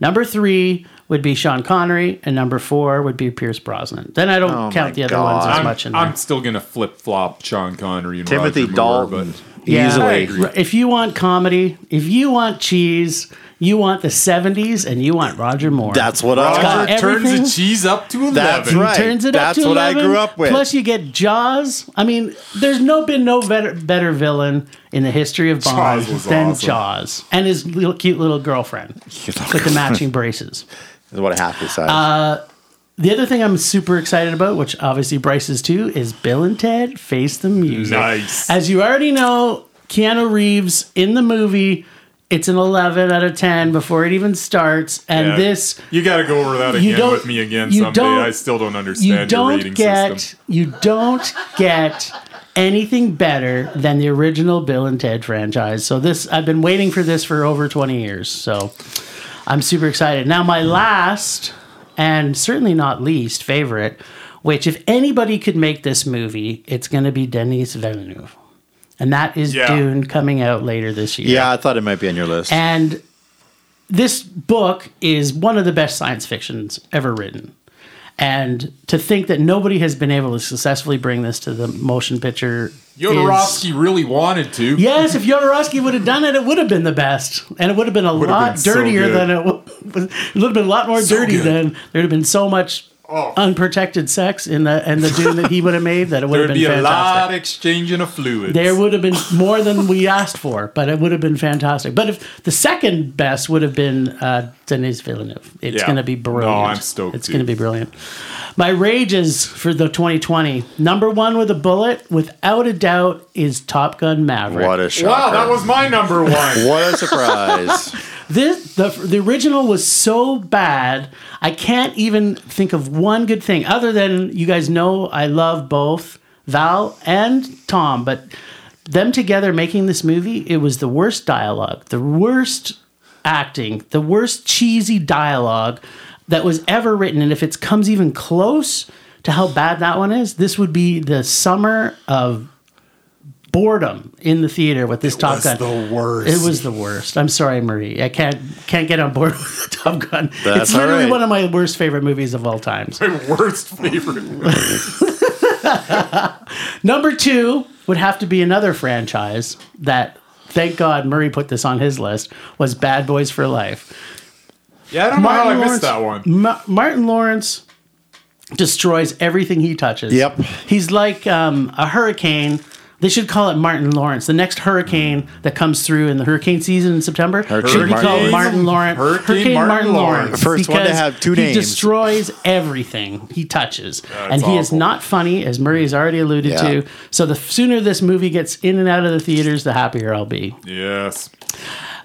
Speaker 2: Number three would be Sean Connery. And number four would be Pierce Brosnan. Then I don't
Speaker 3: Oh
Speaker 2: count
Speaker 3: my
Speaker 2: the other ones
Speaker 3: God.
Speaker 2: as
Speaker 1: I'm,
Speaker 2: much in
Speaker 1: I'm
Speaker 2: there.
Speaker 1: still gonna flip flop Sean Connery and
Speaker 3: Timothy
Speaker 1: Roger Moore,
Speaker 3: Dalton.
Speaker 1: but
Speaker 3: Easily.
Speaker 2: If you want comedy, if you want cheese, you want the 70s and you want Roger Moore.
Speaker 3: That's what I
Speaker 1: Roger
Speaker 2: got
Speaker 3: got.
Speaker 1: turns
Speaker 2: everything.
Speaker 1: the cheese up to eleven.
Speaker 3: That's right.
Speaker 2: turns it
Speaker 3: That's
Speaker 2: up to
Speaker 3: what I
Speaker 2: 11.
Speaker 3: grew up with.
Speaker 2: Plus, you get Jaws. I mean, there's no been no better better villain in the history of Bond
Speaker 1: Jaws was
Speaker 2: than
Speaker 1: awesome.
Speaker 2: Jaws and his
Speaker 3: [LAUGHS]
Speaker 2: little cute little girlfriend with the matching braces. Uh,
Speaker 3: Is what I have to say.
Speaker 2: The other thing I'm super excited about, which obviously Bryce is too, is Bill and Ted Face the Music.
Speaker 1: Nice.
Speaker 2: As you already know, Keanu Reeves in the movie, it's an 11 out of 10 before it even starts. And
Speaker 1: Yeah.
Speaker 2: this,
Speaker 1: you got to go over that
Speaker 2: you
Speaker 1: again
Speaker 2: don't-
Speaker 1: with me again
Speaker 2: you
Speaker 1: someday.
Speaker 2: don't-
Speaker 1: I still don't understand
Speaker 2: you
Speaker 1: your
Speaker 2: don't
Speaker 1: rating
Speaker 2: get,
Speaker 1: system.
Speaker 2: you don't get anything better than the original Bill and Ted franchise. So this, I've been waiting for this for over 20 years. So I'm super excited. Now, my last and certainly not least favorite, which if anybody could make this movie, it's going to be Denis Villeneuve. And that is
Speaker 1: Yeah.
Speaker 2: Dune coming out later this year.
Speaker 3: Yeah, I thought it might be on your list.
Speaker 2: And this book is one of the best science fictions ever written. And to think that nobody has been able to successfully bring this to the motion picture. is-
Speaker 1: Jodorowsky really wanted to.
Speaker 2: Yes, if Jodorowsky would have done it, it would have been the best. And it would have been a
Speaker 1: Would have
Speaker 2: lot
Speaker 1: been so
Speaker 2: dirtier
Speaker 1: good.
Speaker 2: than it was. [LAUGHS] It would have been a lot more
Speaker 1: So
Speaker 2: dirty
Speaker 1: good. Oh.
Speaker 2: than there'd have been so much unprotected sex in the and the Dune that he would have made that it would have
Speaker 1: There'd
Speaker 2: been
Speaker 1: be a
Speaker 2: fantastic.
Speaker 1: lot exchanging of fluids.
Speaker 2: There
Speaker 1: [LAUGHS]
Speaker 2: would have been more than we asked for, but it would have been fantastic. But if the second best would have been uh, Denis Villeneuve, it's
Speaker 1: Yeah.
Speaker 2: going to be
Speaker 1: No,
Speaker 2: brilliant.
Speaker 1: I'm stoked,
Speaker 2: It's
Speaker 1: dude.
Speaker 2: going to be brilliant. My rages for the 2020 number one with a bullet, without a doubt, is Top Gun Maverick.
Speaker 3: what a shocker.
Speaker 1: wow, Ah, that was my number
Speaker 2: [LAUGHS]
Speaker 1: one. [LAUGHS]
Speaker 3: what a surprise.
Speaker 2: This the the original was so bad. I can't even think of one good thing other than you guys know I love both Val and Tom, but them together making this movie, it was the worst dialogue, the worst acting, the worst cheesy dialogue that was ever written and if it comes even close to how bad that one is, this would be the summer of boredom in the theater with this Top Gun.
Speaker 1: the worst.
Speaker 2: It was the worst. I'm sorry, Marie. I can't can't get on board [LAUGHS] with the Top Gun.
Speaker 3: That's
Speaker 2: it's literally
Speaker 3: all right.
Speaker 2: one of my worst favorite movies of all time.
Speaker 1: my worst favorite. movie.
Speaker 2: Number two would have to be another franchise that thank God Murray put this on his list was Bad Boys for Life.
Speaker 1: Yeah, I don't know how I
Speaker 2: Lawrence,
Speaker 1: missed that one.
Speaker 2: Ma- Martin Lawrence destroys everything he touches.
Speaker 3: Yep.
Speaker 2: He's like um, a hurricane. They should call it Martin Lawrence. The next hurricane that comes through in the hurricane season in September
Speaker 3: Hurricane
Speaker 2: should be
Speaker 3: Martin
Speaker 2: called
Speaker 3: Lawrence.
Speaker 2: Martin Lawrence.
Speaker 1: Hurricane Martin Lawrence.
Speaker 3: First one to
Speaker 2: because
Speaker 3: have two
Speaker 2: he
Speaker 3: names.
Speaker 2: destroys everything he touches, and
Speaker 1: it's
Speaker 2: he is
Speaker 1: awful.
Speaker 2: not funny, as Murray has already alluded
Speaker 3: Yeah.
Speaker 2: to. So the sooner this movie gets in and out of the theaters, the happier I'll be.
Speaker 1: Yes.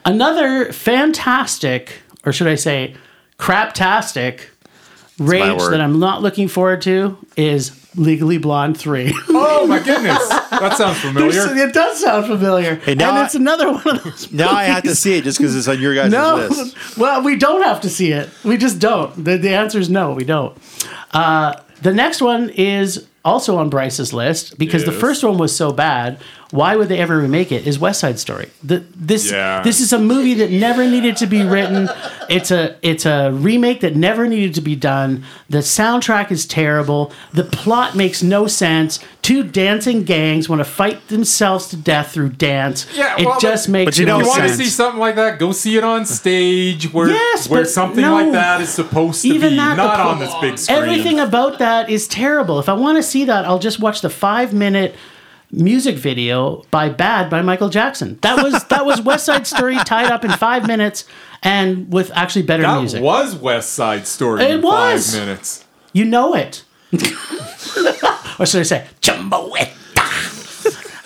Speaker 2: Another fantastic, or should I say, craptastic rage
Speaker 3: word.
Speaker 2: that I'm not looking forward to is Legally Blonde 3.
Speaker 1: Oh my goodness, that sounds familiar.
Speaker 2: [LAUGHS] it does sound familiar.
Speaker 3: Oh, now
Speaker 2: and it's
Speaker 3: I-
Speaker 2: another one of those.
Speaker 3: now I have to see it just because it's on your guys'
Speaker 2: No.
Speaker 3: list.
Speaker 2: [LAUGHS] Well, we don't have to see it. We just don't. The, the answer is no, we don't. Uh, the next one is also on Bryce's list because the
Speaker 1: Yes.
Speaker 2: first one was so bad. Why would they ever remake it? Is West Side Story. The, this
Speaker 1: Yeah.
Speaker 2: this is a movie that never needed to be written. It's a it's a remake that never needed to be done. The soundtrack is terrible. The plot makes no sense. Two dancing gangs want to fight themselves to death through dance.
Speaker 1: Yeah,
Speaker 2: it
Speaker 1: well,
Speaker 2: just
Speaker 1: but-
Speaker 2: makes
Speaker 3: but you
Speaker 2: no
Speaker 3: know,
Speaker 1: you want to
Speaker 2: sense.
Speaker 1: see something like that? Go see it on stage where
Speaker 2: Yes,
Speaker 1: where
Speaker 2: but
Speaker 1: something
Speaker 2: no.
Speaker 1: like that is supposed to
Speaker 2: Even
Speaker 1: be,
Speaker 2: that, the
Speaker 1: not
Speaker 2: pro-
Speaker 1: on this big screen.
Speaker 2: Everything about that is terrible. If I want to see that, I'll just watch the five minute music video by Bad by Michael Jackson. That was
Speaker 1: [LAUGHS]
Speaker 2: that was West Side Story tied up in five minutes and with actually better
Speaker 1: that
Speaker 2: music.
Speaker 1: was West Side Story.
Speaker 2: It
Speaker 1: in
Speaker 2: was.
Speaker 1: five minutes.
Speaker 2: You know it. [LAUGHS] or should I say, Chumbawetta?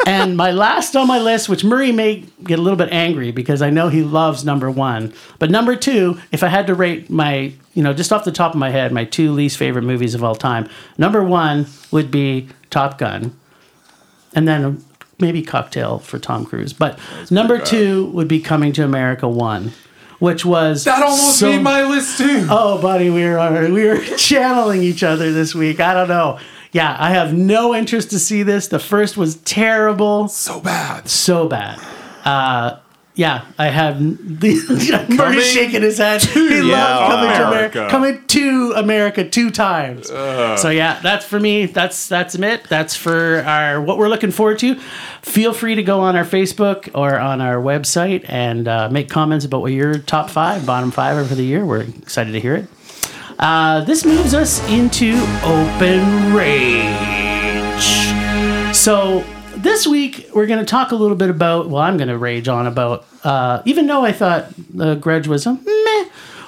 Speaker 2: and my last on my list, which Murray may get a little bit angry because I know he loves number one. But number two, if I had to rate my, you know, just off the top of my head, my two least favorite movies of all time, number one would be Top Gun. And then maybe Cocktail for Tom Cruise. But number two would be Coming to America 1, which was.
Speaker 1: That almost
Speaker 2: so
Speaker 1: made my list too.
Speaker 2: Oh, buddy, we are we are [LAUGHS] channeling each other this week. I don't know. Yeah, I have no interest to see this. The first was terrible,
Speaker 1: so bad.
Speaker 2: so bad. Uh, yeah, I have. [LAUGHS] The,
Speaker 1: Coming
Speaker 2: Murray's shaking his head. He loved coming to
Speaker 1: America. Uh.
Speaker 2: America. Coming to America two times. so yeah, that's for me. That's that's it. That's for our what we're looking forward to. Feel free to go on our Facebook or on our website and uh, make comments about what your top five, bottom five are for the year. We're excited to hear it. Uh, this moves us into open rage. So this week we're going to talk a little bit about. Well, I'm going to rage on about. Uh, even though I thought the Grudge was a meh,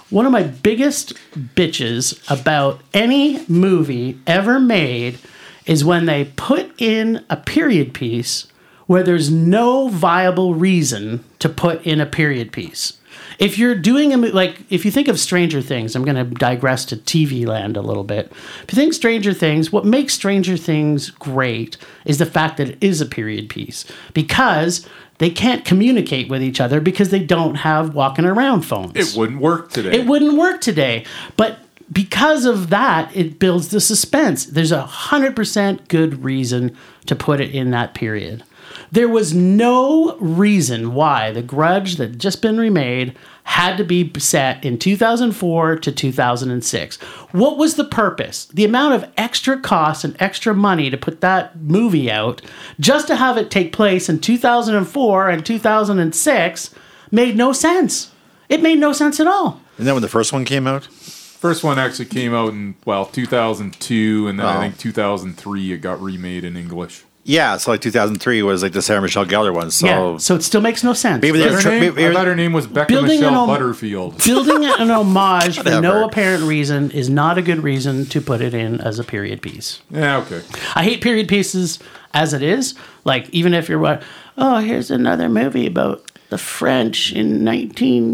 Speaker 2: one of my biggest bitches about any movie ever made is when they put in a period piece where there's no viable reason to put in a period piece. If you're doing a mo- like, if you think of Stranger Things, I'm going to digress to TV land a little bit. If you think Stranger Things, what makes Stranger Things great is the fact that it is a period piece because they can't communicate with each other because they don't have walking around phones.
Speaker 1: It wouldn't work today.
Speaker 2: It wouldn't work today. But because of that, it builds the suspense. There's a 100% good reason to put it in that period. There was no reason why the grudge that had just been remade had to be set in 2004 to 2006. What was the purpose? The amount of extra costs and extra money to put that movie out just to have it take place in 2004 and 2006 made no sense. It made no sense at all.
Speaker 3: And then when the first one came out,
Speaker 1: First one actually came out in well 2002, and then
Speaker 3: Oh.
Speaker 1: I think 2003 it got remade in English.
Speaker 3: yeah, so like 2003 was like the Sarah Michelle Gellar one. So
Speaker 2: yeah, so it still makes no sense.
Speaker 3: Maybe they-
Speaker 1: Her
Speaker 3: Tr-
Speaker 1: name, I
Speaker 3: maybe-
Speaker 1: thought her name was Becca
Speaker 2: Building an
Speaker 1: Michelle
Speaker 2: om-
Speaker 1: Butterfield.
Speaker 2: [LAUGHS] Building an homage for
Speaker 3: Whatever.
Speaker 2: no apparent reason is not a good reason to put it in as a period piece.
Speaker 1: yeah, okay.
Speaker 2: I hate period pieces as it is. Like even if you're what, oh, here's another movie about the French in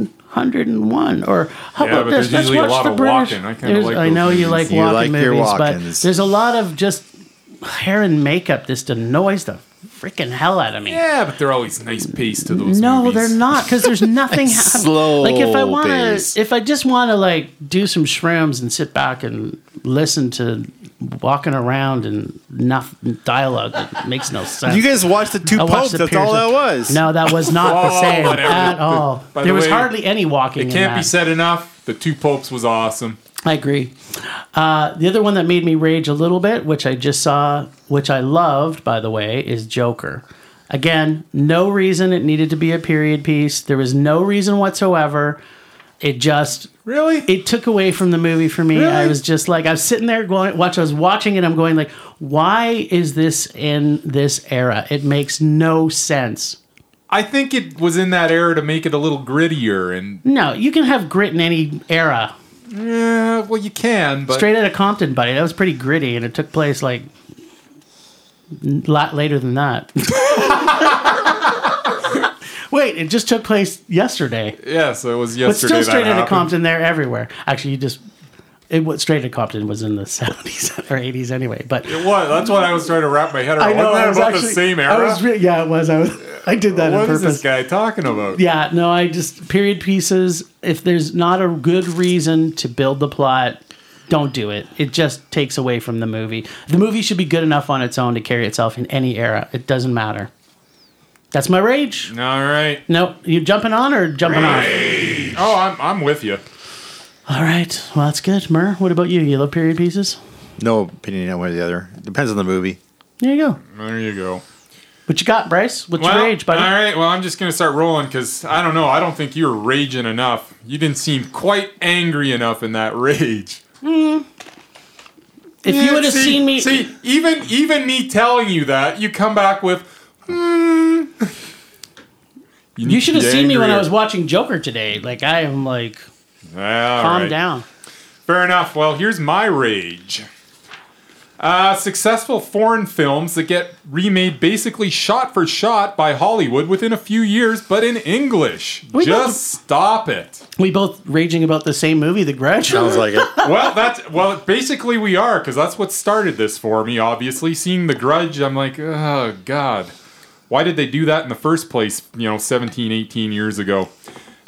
Speaker 2: 1901, or how
Speaker 1: Yeah,
Speaker 2: about
Speaker 1: but
Speaker 2: this?
Speaker 1: there's usually a lot of walking. I kinda
Speaker 2: There's-
Speaker 1: like
Speaker 2: I
Speaker 1: those
Speaker 2: know you
Speaker 1: movies.
Speaker 2: like
Speaker 3: You
Speaker 2: walking
Speaker 3: like your
Speaker 2: movies,
Speaker 3: walkins.
Speaker 2: but there's a lot of just hair and makeup. This annoys the freaking hell out of me.
Speaker 1: Yeah, but they're always nice pace to those.
Speaker 2: No,
Speaker 1: movies.
Speaker 2: they're not because
Speaker 3: [LAUGHS]
Speaker 2: there's nothing happening.
Speaker 3: slow
Speaker 2: Like if I want
Speaker 3: pace.
Speaker 2: to, if I just want to like do some shrooms and sit back and listen to walking around and enough dialogue that makes no sense.
Speaker 3: you guys watched the two
Speaker 2: I watched
Speaker 3: popes.
Speaker 2: the
Speaker 3: That's all
Speaker 2: Pierce-
Speaker 3: that was.
Speaker 2: No, that was not the
Speaker 3: [LAUGHS]
Speaker 1: Oh,
Speaker 2: same
Speaker 1: whatever.
Speaker 2: at all.
Speaker 1: By the
Speaker 2: there was
Speaker 1: way,
Speaker 2: hardly any walking.
Speaker 1: It can't
Speaker 2: in
Speaker 1: be
Speaker 2: that.
Speaker 1: said enough. The Two Popes was awesome.
Speaker 2: I agree. Uh, the other one that made me rage a little bit, which I just saw, which I loved, by the way, is Joker. Again, no reason it needed to be a period piece. There was no reason whatsoever. It just
Speaker 1: Really?
Speaker 2: it took away from the movie for me. I
Speaker 1: Really?
Speaker 2: was just like, I was sitting there going, watch. I was watching it. I'm going like, why is this in this era? It makes no sense.
Speaker 1: I think it was in that era to make it a little grittier, and
Speaker 2: No, you can have grit in any era.
Speaker 1: eh, well, you can, but
Speaker 2: Straight out of Compton, buddy. That was pretty gritty, and it took place like a lot later than that. [LAUGHS] Wait, it just took place yesterday.
Speaker 1: yeah, so it was
Speaker 2: But
Speaker 1: yesterday.
Speaker 2: still
Speaker 1: that
Speaker 2: straight out of
Speaker 1: happened.
Speaker 2: Compton, they're everywhere. Actually, you just it was straight out of Compton was in the [LAUGHS] seventies or eighties anyway. But
Speaker 1: It was. That's what I was trying to wrap my head around.
Speaker 2: I know
Speaker 1: Wasn't
Speaker 2: I
Speaker 1: that
Speaker 2: was
Speaker 1: about
Speaker 2: actually,
Speaker 1: the same
Speaker 2: I
Speaker 1: era?
Speaker 2: was re- yeah, it was. I was. I did that on
Speaker 1: what is
Speaker 2: purpose.
Speaker 1: this guy talking about?
Speaker 2: Yeah, no, I just period pieces. If there's not a good reason to build the plot, don't do it. It just takes away from the movie. The movie should be good enough on its own to carry itself in any era. It doesn't matter. That's my rage.
Speaker 1: All right.
Speaker 2: No, you jumping on or jumping on?
Speaker 1: Oh, I'm I'm with you.
Speaker 2: All right. Well, that's good. Mur, what about you? You love period pieces?
Speaker 3: No opinion on one or the other. Depends on the movie.
Speaker 2: There you go.
Speaker 1: There you go.
Speaker 2: What you got, Bryce? What's
Speaker 1: Well,
Speaker 2: your rage, buddy?
Speaker 1: All right. Well, I'm just gonna start rolling because I don't know. I don't think you were raging enough. You didn't seem quite angry enough in that rage.
Speaker 2: If you
Speaker 1: Yeah,
Speaker 2: would have
Speaker 1: see-
Speaker 2: seen me,
Speaker 1: see, even even me telling you that, you come back with, hmm. [LAUGHS] need to
Speaker 2: you should have
Speaker 1: be
Speaker 2: seen me when I
Speaker 1: angrier.
Speaker 2: was watching Joker today. Like I am like,
Speaker 1: All
Speaker 2: calm
Speaker 1: Ah, right.
Speaker 2: down.
Speaker 1: Fair enough. Well, here's my rage. Uh, successful foreign films that get remade basically shot for shot by Hollywood within a few years, but in English.
Speaker 2: We
Speaker 1: Just
Speaker 2: both-
Speaker 1: stop it.
Speaker 2: We both raging about the same movie, The Grudge.
Speaker 3: Sounds like [LAUGHS] it.
Speaker 1: Well, that's well. Basically, we are because that's what started this for me. Obviously, seeing The Grudge, I'm like, oh god, why did they do that in the first place? You know, 17, 18 years ago.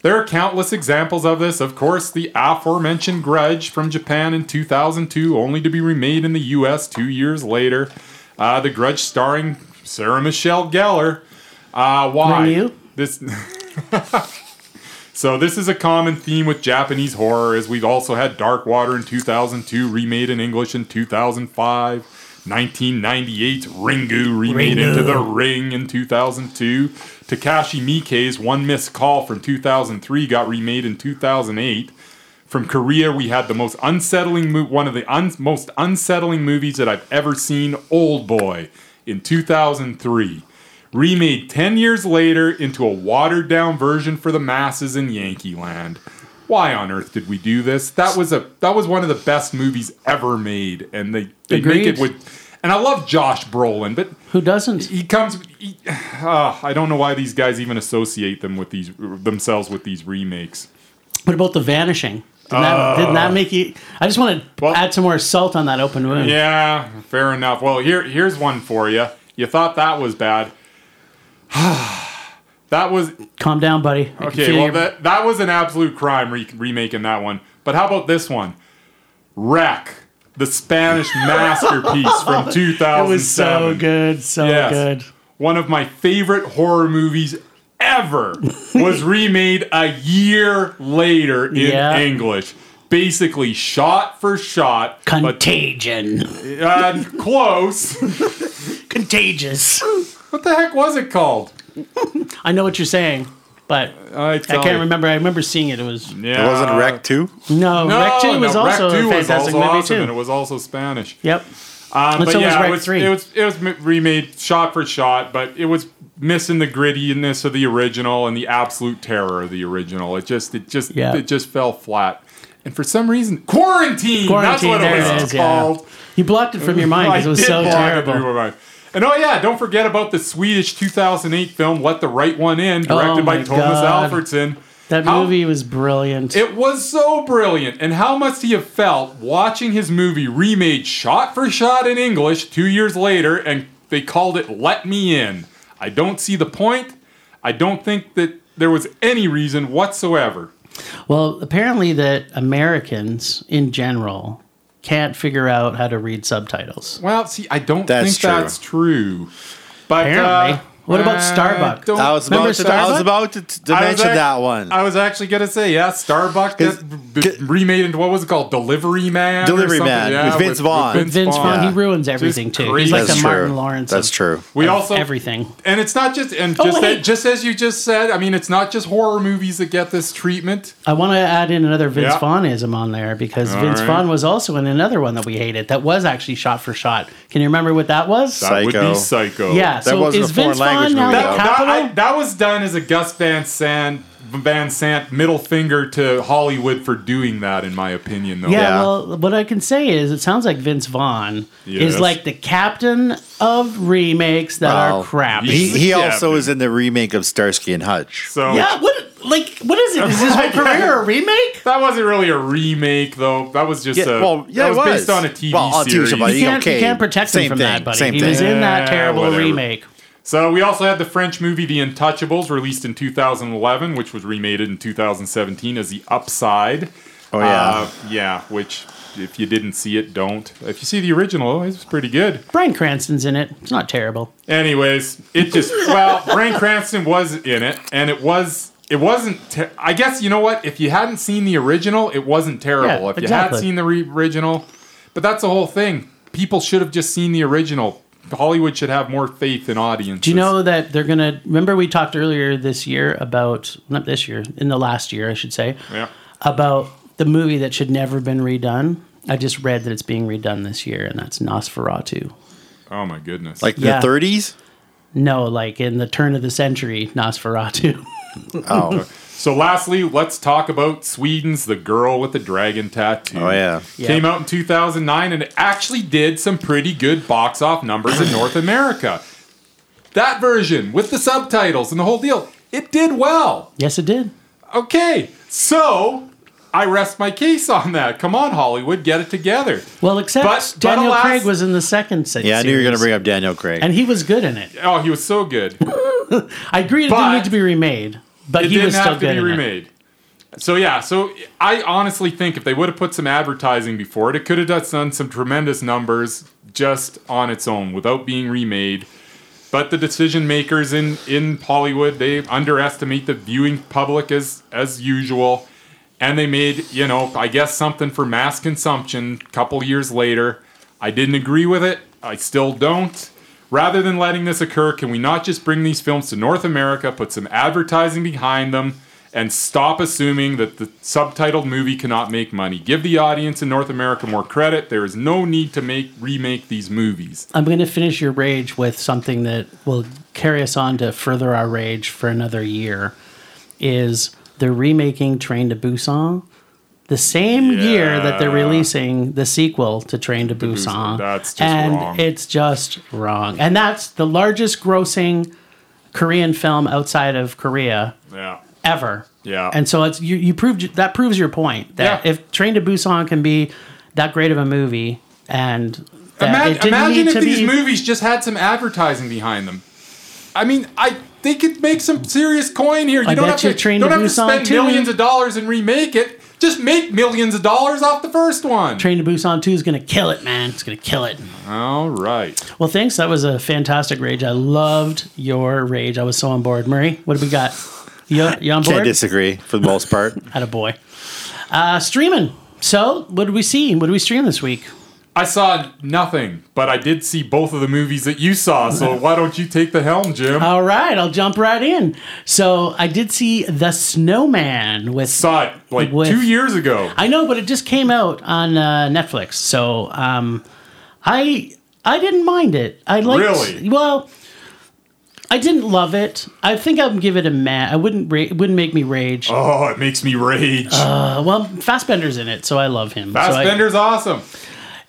Speaker 1: There are countless examples of this. Of course, the aforementioned Grudge from Japan in 2002, only to be remade in the U.S. two years later. Uh, the Grudge starring Sarah Michelle Gellar. Uh, why
Speaker 2: Than you?
Speaker 1: this? [LAUGHS] So this is a common theme with Japanese horror, as we've also had Dark Water in 2002 remade in English in 2005, 1998's Ringu remade into The Ring in 2002, Takashi Miike's One Missed Call from 2003 got remade in 2008. From Korea, we had the most unsettling mo- one of the un- most unsettling movies that I've ever seen, Old Boy, in 2003 remade 10 years later into a watered down version for the masses in Yankee Land. why on earth did we do this? That was a that was one of the best movies ever made, and they they make
Speaker 2: Agreed.
Speaker 1: it with. And I love Josh Brolin, but
Speaker 2: Who doesn't?
Speaker 1: he comes. He, [SIGHS] ah, I don't know why these guys even associate them with these themselves with these remakes.
Speaker 2: What about the vanishing? Didn't, that, didn't that make you? I just want to
Speaker 1: Ah. Well-
Speaker 2: add some more salt on that open wound.
Speaker 1: Yeah, fair enough. Well, here here's one for you. You thought that was bad. [SIGHS] that was
Speaker 2: Calm down, buddy. I can
Speaker 1: Okay,
Speaker 2: feel
Speaker 1: well
Speaker 2: your-
Speaker 1: that that was an absolute crime re- remaking that one. But how about this one? Wreck, the
Speaker 2: [LAUGHS]
Speaker 1: Spanish masterpiece from 2007.
Speaker 2: it was so good, so
Speaker 1: Yes.
Speaker 2: good.
Speaker 1: One of my favorite horror movies ever
Speaker 2: [LAUGHS]
Speaker 1: was remade a year later in
Speaker 2: Yeah.
Speaker 1: English. Basically, shot for shot, but
Speaker 2: Contagion,
Speaker 1: uh, close. [LAUGHS]
Speaker 2: contagious.
Speaker 1: What the heck was it called?
Speaker 2: I know what you're saying, but
Speaker 1: I,
Speaker 2: I can't remember. I remember seeing it. It was
Speaker 1: Yeah.
Speaker 3: it wasn't Wreck 2?
Speaker 2: no.
Speaker 1: No,
Speaker 2: Rec Two was
Speaker 1: no,
Speaker 2: also
Speaker 1: Wreck 2
Speaker 2: a
Speaker 1: was
Speaker 2: fantastic
Speaker 1: also
Speaker 2: movie
Speaker 1: awesome,
Speaker 2: too.
Speaker 1: and it was also Spanish.
Speaker 2: yep.
Speaker 1: Um,
Speaker 2: And
Speaker 1: but
Speaker 2: so was
Speaker 1: yeah,
Speaker 2: Rec
Speaker 1: it was
Speaker 2: 3.
Speaker 1: it was it was m- remade shot for shot, but it was missing the grittiness of the original and the absolute terror of the original. It just it just
Speaker 2: Yeah.
Speaker 1: it just fell flat. And for some reason, quarantine. that's
Speaker 2: Quarantine,
Speaker 1: what it
Speaker 2: there it
Speaker 1: was
Speaker 2: is, yeah.
Speaker 1: called.
Speaker 2: You blocked it from your mind because it
Speaker 1: [LAUGHS]
Speaker 2: was
Speaker 1: I did
Speaker 2: so
Speaker 1: block it
Speaker 2: terrible.
Speaker 1: through my mind. And oh yeah, don't forget about the Swedish 2008 film "Let the Right One In," directed
Speaker 2: Oh
Speaker 1: by
Speaker 2: my
Speaker 1: Thomas
Speaker 2: God.
Speaker 1: Alfredson.
Speaker 2: That
Speaker 1: How-
Speaker 2: movie was brilliant.
Speaker 1: It was so brilliant, and how must he have felt watching his movie remade shot for shot in English two years later, and they called it Let Me In. I don't see the point. I don't think that there was any reason whatsoever.
Speaker 2: well, apparently that Americans in general can't figure out how to read subtitles.
Speaker 1: Well, see, I don't
Speaker 3: That's
Speaker 1: think
Speaker 3: true.
Speaker 1: that's true. But uh,
Speaker 2: Apparently. What about
Speaker 1: I
Speaker 2: Starbuck?
Speaker 1: don't-
Speaker 3: I was,
Speaker 2: Remember
Speaker 3: about to, I was
Speaker 2: Starbuck?
Speaker 3: about to, to
Speaker 1: I was
Speaker 3: mention
Speaker 1: ac-
Speaker 3: that one.
Speaker 1: I was actually gonna say, yeah, Starbuck
Speaker 3: Is-
Speaker 1: that b- b- remade into what was it called, Delivery Man? or
Speaker 3: Delivery
Speaker 1: something?
Speaker 3: Man, with Vince Vaughn.
Speaker 2: Vince, Vaughn,
Speaker 3: Vaughn.
Speaker 2: he ruins everything too. He's
Speaker 1: crazy.
Speaker 2: like
Speaker 1: That's
Speaker 2: the Martin Lawrence.
Speaker 3: That's
Speaker 2: of
Speaker 3: true.
Speaker 1: We also
Speaker 2: everything.
Speaker 1: and it's not just and
Speaker 2: Oh,
Speaker 1: just
Speaker 2: wait.
Speaker 1: that, just as you just said. I mean, it's not just horror movies that get this treatment.
Speaker 2: I want to add in another Vince
Speaker 1: Yeah.
Speaker 2: Vaughnism on there because Vince
Speaker 1: right.
Speaker 2: Vaughn was also in another one that we hated that was actually shot for shot. Can you remember what that was?
Speaker 3: That would Psycho. be
Speaker 1: Psycho.
Speaker 2: yeah, so
Speaker 3: wasn't
Speaker 2: is
Speaker 3: a foreign
Speaker 2: Vince
Speaker 3: language
Speaker 2: Vaughn now
Speaker 3: movie,
Speaker 2: the
Speaker 1: That,
Speaker 3: though.
Speaker 1: that- I-
Speaker 2: capital?
Speaker 1: that was done as a Gus Van Sant Van Sant middle finger to Hollywood for doing that, in my opinion. Though.
Speaker 2: Yeah,
Speaker 3: Yeah.
Speaker 2: well, what I can say is it sounds like Vince Vaughn
Speaker 1: Yes.
Speaker 2: is like the captain of remakes that
Speaker 3: Well,
Speaker 2: are crap.
Speaker 3: Oh. He, he
Speaker 1: Yeah,
Speaker 3: also
Speaker 1: but-
Speaker 3: is in the remake of Starsky and Hutch.
Speaker 1: So
Speaker 2: yeah, what like what is it? Is
Speaker 3: [LAUGHS]
Speaker 2: this whole career a remake?
Speaker 1: that wasn't really a remake, though. That was just
Speaker 3: Yeah,
Speaker 1: a
Speaker 3: well, yeah,
Speaker 1: that
Speaker 3: it
Speaker 1: was,
Speaker 3: was.
Speaker 1: based on a TV
Speaker 3: Well, on TV show,
Speaker 1: series.
Speaker 3: but
Speaker 2: You can't,
Speaker 3: Okay,
Speaker 2: you can't protect him
Speaker 3: same
Speaker 2: from
Speaker 3: thing,
Speaker 2: that, buddy.
Speaker 3: same
Speaker 2: he
Speaker 3: thing.
Speaker 2: was in
Speaker 1: Yeah,
Speaker 2: that terrible
Speaker 1: whatever.
Speaker 2: remake.
Speaker 1: So we also had the French movie The Untouchables, released in 2011, which was remade in 2017 as The Upside. Uh,
Speaker 3: Oh, yeah.
Speaker 1: yeah, which if you didn't see it, don't. If you see the original, it's pretty good.
Speaker 2: Brian Cranston's in it. It's not terrible.
Speaker 1: Anyways, it
Speaker 2: [LAUGHS]
Speaker 1: just well, Brian Cranston was in it, and it was it wasn't. Ter- I guess you know what? If you hadn't seen the original, it wasn't terrible.
Speaker 2: Yeah,
Speaker 1: if you had
Speaker 2: exactly.
Speaker 1: seen the re- original, but that's the whole thing. People should have just seen the original. Hollywood should have more faith in audiences.
Speaker 2: Do you know that they're gonna? Remember, we talked earlier this year about not this year, in the last year, I should say,
Speaker 1: Yeah.
Speaker 2: about the movie that should never been redone. I just read that it's being redone this year, and that's Nosferatu.
Speaker 1: Oh my goodness.
Speaker 3: Like
Speaker 2: Yeah.
Speaker 3: the 30s?
Speaker 2: No, like in the turn of the century, Nosferatu. [LAUGHS]
Speaker 3: Oh,
Speaker 1: So, lastly, let's talk about Sweden's The Girl with the Dragon Tattoo.
Speaker 3: oh yeah.
Speaker 2: Yeah.
Speaker 1: Came out in 2009 and it actually did some pretty good box off numbers in North America. That version with the subtitles and the whole deal, it did well.
Speaker 2: yes, it did.
Speaker 1: Okay, so I rest my case on that. Come on, Hollywood, get it together.
Speaker 2: Well, except
Speaker 1: But- but
Speaker 2: Daniel
Speaker 1: alas-
Speaker 2: Craig was in the second se-
Speaker 3: Yeah, I knew you were going to
Speaker 2: series,
Speaker 3: bring up Daniel Craig.
Speaker 2: and he was good in it.
Speaker 1: Oh, he was so good.
Speaker 2: I agree it
Speaker 1: But-
Speaker 2: didn't need to be remade, but
Speaker 1: it
Speaker 2: he
Speaker 1: didn't
Speaker 2: was
Speaker 1: have
Speaker 2: still
Speaker 1: to
Speaker 2: good
Speaker 1: be
Speaker 2: in it.
Speaker 1: remade. So yeah, so I honestly think if they would have put some advertising before it, it could have done some tremendous numbers just on its own without being remade. But the decision makers in in Hollywood they underestimate the viewing public as as usual, and they made you know I guess something for mass consumption. A couple years later, I didn't agree with it. I still don't. Rather than letting this occur, can we not just bring these films to North America, put some advertising behind them, and stop assuming that the subtitled movie cannot make money? Give the audience in North America more credit. There is no need to make remake these movies.
Speaker 2: I'm going to finish your rage with something that will carry us on to further our rage for another year. Is they're remaking Train to Busan the same year that they're
Speaker 1: Yeah.
Speaker 2: releasing the sequel to Train to Busan.
Speaker 1: That's just
Speaker 2: and
Speaker 1: wrong.
Speaker 2: it's just wrong. And that's the largest grossing Korean film outside of Korea
Speaker 1: Yeah.
Speaker 2: ever.
Speaker 1: Yeah.
Speaker 2: And so it's you, you proved that proves your point that
Speaker 1: Oh. Yeah.
Speaker 2: if Train to Busan can be that great of a movie and that
Speaker 1: Imagine,
Speaker 2: it didn't
Speaker 1: imagine
Speaker 2: need
Speaker 1: if
Speaker 2: to
Speaker 1: these
Speaker 2: be-
Speaker 1: movies just had some advertising behind them. I mean, I they could make some serious coin here. You
Speaker 2: I
Speaker 1: don't
Speaker 2: bet
Speaker 1: have to
Speaker 2: you Train
Speaker 1: don't
Speaker 2: to
Speaker 1: have to
Speaker 2: Busan
Speaker 1: spend
Speaker 2: too.
Speaker 1: millions of dollars and remake it. Just make millions of dollars off the first one.
Speaker 2: Train to Busan 2 is going to kill it, man. It's going to kill it.
Speaker 1: All right.
Speaker 2: Well, thanks. That was a fantastic rage. I loved your rage. I was so on board. Murray, what do we got? You, you on
Speaker 3: Can't
Speaker 2: board?
Speaker 3: disagree for the most part.
Speaker 2: Had a boy. Uh, streaming. So, what did we see? What did we stream this week?
Speaker 1: I saw nothing, but I did see both of the movies that you saw.
Speaker 2: [LAUGHS]
Speaker 1: So why don't you take the helm, Jim?
Speaker 2: All right, I'll jump right in. So, I did see The Snowman with
Speaker 1: saw it like
Speaker 2: With-
Speaker 1: two years ago.
Speaker 2: I know, but it just came out on uh, Netflix, so um, I I didn't mind it. I liked.
Speaker 1: Really?
Speaker 2: Well, I didn't love it. I think I'd give it a meh. I wouldn't. Ra- it wouldn't make me rage.
Speaker 1: Oh, it makes me rage.
Speaker 2: Uh, well, Fassbender's in it, so I love him. So I-
Speaker 1: Fastbender's awesome.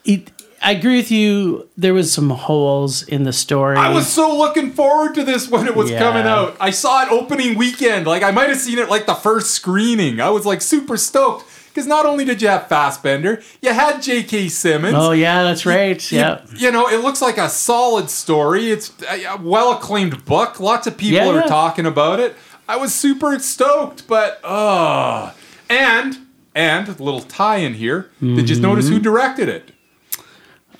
Speaker 2: it- I, agree with you. There was some holes in the story.
Speaker 1: I was so looking forward to this when it was
Speaker 2: Yeah.
Speaker 1: coming out. I saw it opening weekend. Like I might have seen it like the first screening. I was like super stoked because not only did you have Fassbender, you had J.K. Simmons.
Speaker 2: Oh yeah, that's right.
Speaker 1: You-
Speaker 2: Yeah.
Speaker 1: You, know, it looks like a solid story. It's uh, a a well-acclaimed book. Lots of people
Speaker 2: Yeah,
Speaker 1: are
Speaker 2: yeah.
Speaker 1: talking about it. I was super stoked, but uh and and a little tie-in here. Did you notice
Speaker 2: Mm-hmm.
Speaker 1: who directed it?